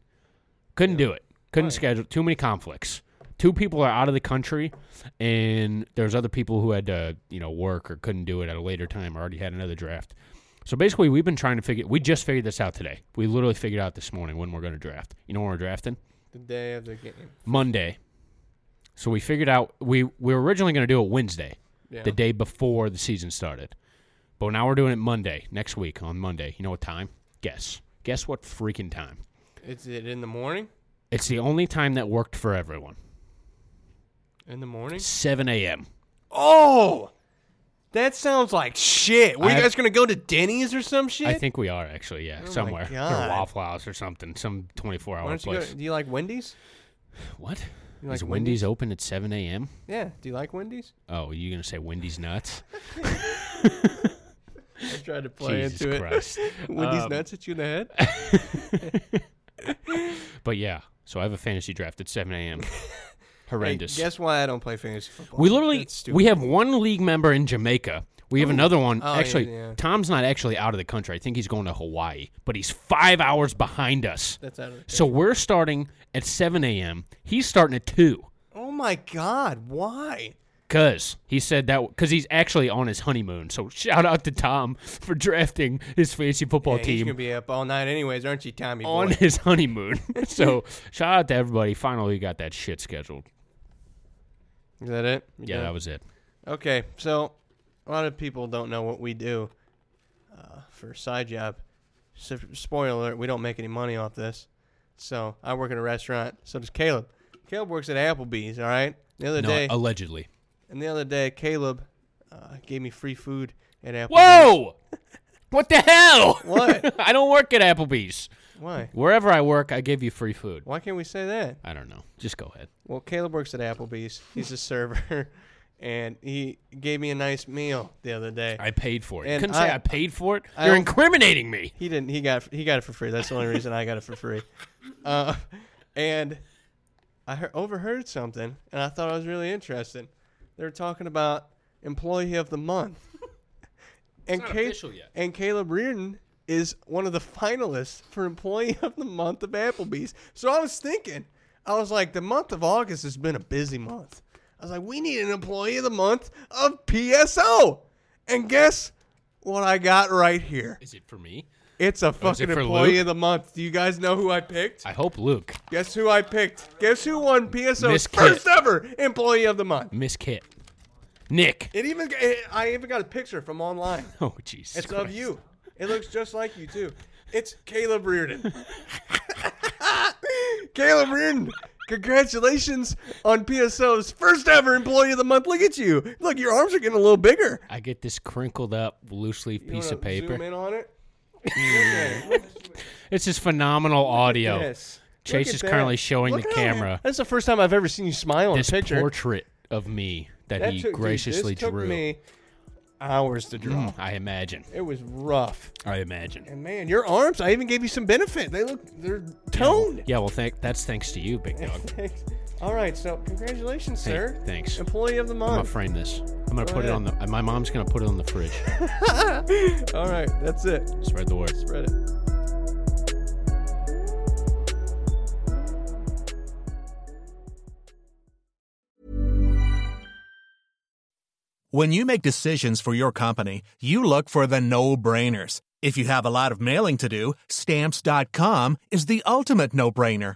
Speaker 5: Couldn't do it. Couldn't schedule too many conflicts. Two people are out of the country and there's other people who had to, you know, work or couldn't do it at a later time or already had another draft. So basically we've been trying to figure we just figured this out today. We literally figured out this morning when we're gonna draft. You know when we're drafting?
Speaker 4: The day of the game.
Speaker 5: Monday. So we figured out we, we were originally going to do it Wednesday,
Speaker 4: Yeah.
Speaker 5: the day before the season started. But now we're doing it Monday, next week on Monday. You know what time? Guess. Guess what freaking time?
Speaker 4: Is it in the morning?
Speaker 5: It's the only time that worked for everyone.
Speaker 4: In the morning?
Speaker 5: 7 a.m.
Speaker 4: Oh, that sounds like shit. Were
Speaker 5: I-
Speaker 4: you guys gonna go to Denny's or some shit?
Speaker 5: I think we are actually, yeah,
Speaker 4: Oh my
Speaker 5: somewhere.
Speaker 4: God.
Speaker 5: Or Waffle House or something, some 24
Speaker 4: Why
Speaker 5: hour
Speaker 4: don't you go,
Speaker 5: place.
Speaker 4: do you like Wendy's?
Speaker 5: What?
Speaker 4: You like
Speaker 5: Is
Speaker 4: Wendy's?
Speaker 5: Wendy's open at 7 a.m.?
Speaker 4: Yeah. Do you like Wendy's?
Speaker 5: Oh, you going to say Wendy's nuts?
Speaker 4: I tried to play
Speaker 5: Jesus
Speaker 4: into
Speaker 5: Christ.
Speaker 4: it. Wendy's
Speaker 5: Um,
Speaker 4: nuts at you in the head.
Speaker 5: But yeah, so I have a fantasy draft at 7 a.m. Horrendous.
Speaker 4: Hey, guess why I don't play fantasy football?
Speaker 5: We literally
Speaker 4: That's
Speaker 5: we
Speaker 4: stupid.
Speaker 5: have one league member in Jamaica. We have another one.
Speaker 4: Oh, yeah,
Speaker 5: actually,
Speaker 4: yeah.
Speaker 5: Tom's not actually out of the country. I think he's going to Hawaii, but he's five hours behind us.
Speaker 4: That's out of the
Speaker 5: So we're starting at 7 a.m. He's starting at 2
Speaker 4: Oh my god, why?
Speaker 5: because he said that because he's actually on his honeymoon. So shout out to Tom for drafting his fantasy football
Speaker 4: Yeah, He's
Speaker 5: team
Speaker 4: gonna be up all night anyways, aren't you, Tommy?
Speaker 5: on
Speaker 4: boy?
Speaker 5: his honeymoon. so shout out to everybody. Finally got that shit scheduled.
Speaker 4: Is that it? You
Speaker 5: Yeah,
Speaker 4: done?
Speaker 5: that was it.
Speaker 4: Okay, so a lot of people don't know what we do uh, for a side job. So, spoiler alert, we don't make any money off this. So I work at a restaurant. So does Caleb. Caleb works at Applebee's. All right. The other
Speaker 5: no,
Speaker 4: day,
Speaker 5: allegedly.
Speaker 4: and the other day, Caleb uh, gave me free food at Applebee's.
Speaker 5: Whoa! what the hell?
Speaker 4: What?
Speaker 5: I don't work at Applebee's.
Speaker 4: Why?
Speaker 5: Wherever I work, I give you free food.
Speaker 4: Why can't we say that?
Speaker 5: I don't know. Just go ahead.
Speaker 4: Well, Caleb works at Applebee's. He's a server, and he gave me a nice meal the other day.
Speaker 5: I paid for it. You
Speaker 4: And
Speaker 5: couldn't say
Speaker 4: I-
Speaker 5: I paid for it.
Speaker 4: I
Speaker 5: You're
Speaker 4: don't-
Speaker 5: incriminating me.
Speaker 4: He didn't. He got he got it for free. That's the only reason I got it for free. Uh, and I heard, overheard something, and I thought it was really interesting. They were talking about employee of the month, and
Speaker 5: not
Speaker 4: Ca-
Speaker 5: official yet.
Speaker 4: and Caleb Reardon is one of the finalists for employee of the month of Applebee's. So I was thinking, I was like, the month of August has been a busy month. I was like, we need an employee of the month of PSO, and guess what I got right here.
Speaker 5: Is it for me?
Speaker 4: It's a
Speaker 5: is it
Speaker 4: fucking
Speaker 5: for
Speaker 4: employee
Speaker 5: Luke?
Speaker 4: of the month. Do you guys know who I picked?
Speaker 5: I hope Luke,
Speaker 4: Guess who I picked? Guess who won PSO's
Speaker 5: Miss Kit.
Speaker 4: first ever employee of the month?
Speaker 5: Miss Kit, Nick.
Speaker 4: It even it, I even got a picture from online.
Speaker 5: Oh Jesus.
Speaker 4: It's of
Speaker 5: Christ.
Speaker 4: you. It looks just like you too. It's Caleb Reardon. Caleb Reardon. Congratulations on PSO's first ever employee of the month. Look at you. Look, your arms are getting a little bigger.
Speaker 5: I get this crinkled up loose leaf
Speaker 4: You
Speaker 5: piece
Speaker 4: wanna
Speaker 5: of paper.
Speaker 4: Zoom in on it.
Speaker 5: It's just phenomenal audio.
Speaker 4: Yes.
Speaker 5: Chase
Speaker 4: Look
Speaker 5: is
Speaker 4: at
Speaker 5: currently
Speaker 4: that.
Speaker 5: showing
Speaker 4: Look
Speaker 5: the
Speaker 4: at that.
Speaker 5: camera
Speaker 4: That's the first time I've ever seen you smile in
Speaker 5: this
Speaker 4: a picture.
Speaker 5: portrait of me that,
Speaker 4: That
Speaker 5: he
Speaker 4: took- dude,
Speaker 5: graciously
Speaker 4: this
Speaker 5: drew.
Speaker 4: Took me hours to draw.
Speaker 5: Mm, I imagine.
Speaker 4: It was rough.
Speaker 5: I imagine.
Speaker 4: And man, your arms, I even gave you some benefit. They look they're toned.
Speaker 5: Yeah, well, thank, that's thanks to you, big dog.
Speaker 4: Thanks. All right, so congratulations,
Speaker 5: Hey,
Speaker 4: sir.
Speaker 5: thanks.
Speaker 4: Employee of the
Speaker 5: I'm gonna
Speaker 4: month.
Speaker 5: frame this. I'm gonna
Speaker 4: Go
Speaker 5: put it
Speaker 4: ahead.
Speaker 5: on the. My mom's gonna put it on the fridge.
Speaker 4: All right, that's it.
Speaker 5: Spread the word.
Speaker 4: Spread it.
Speaker 8: When you make decisions for your company, you look for the no brainers. If you have a lot of mailing to do, stamps.com is the ultimate no brainer.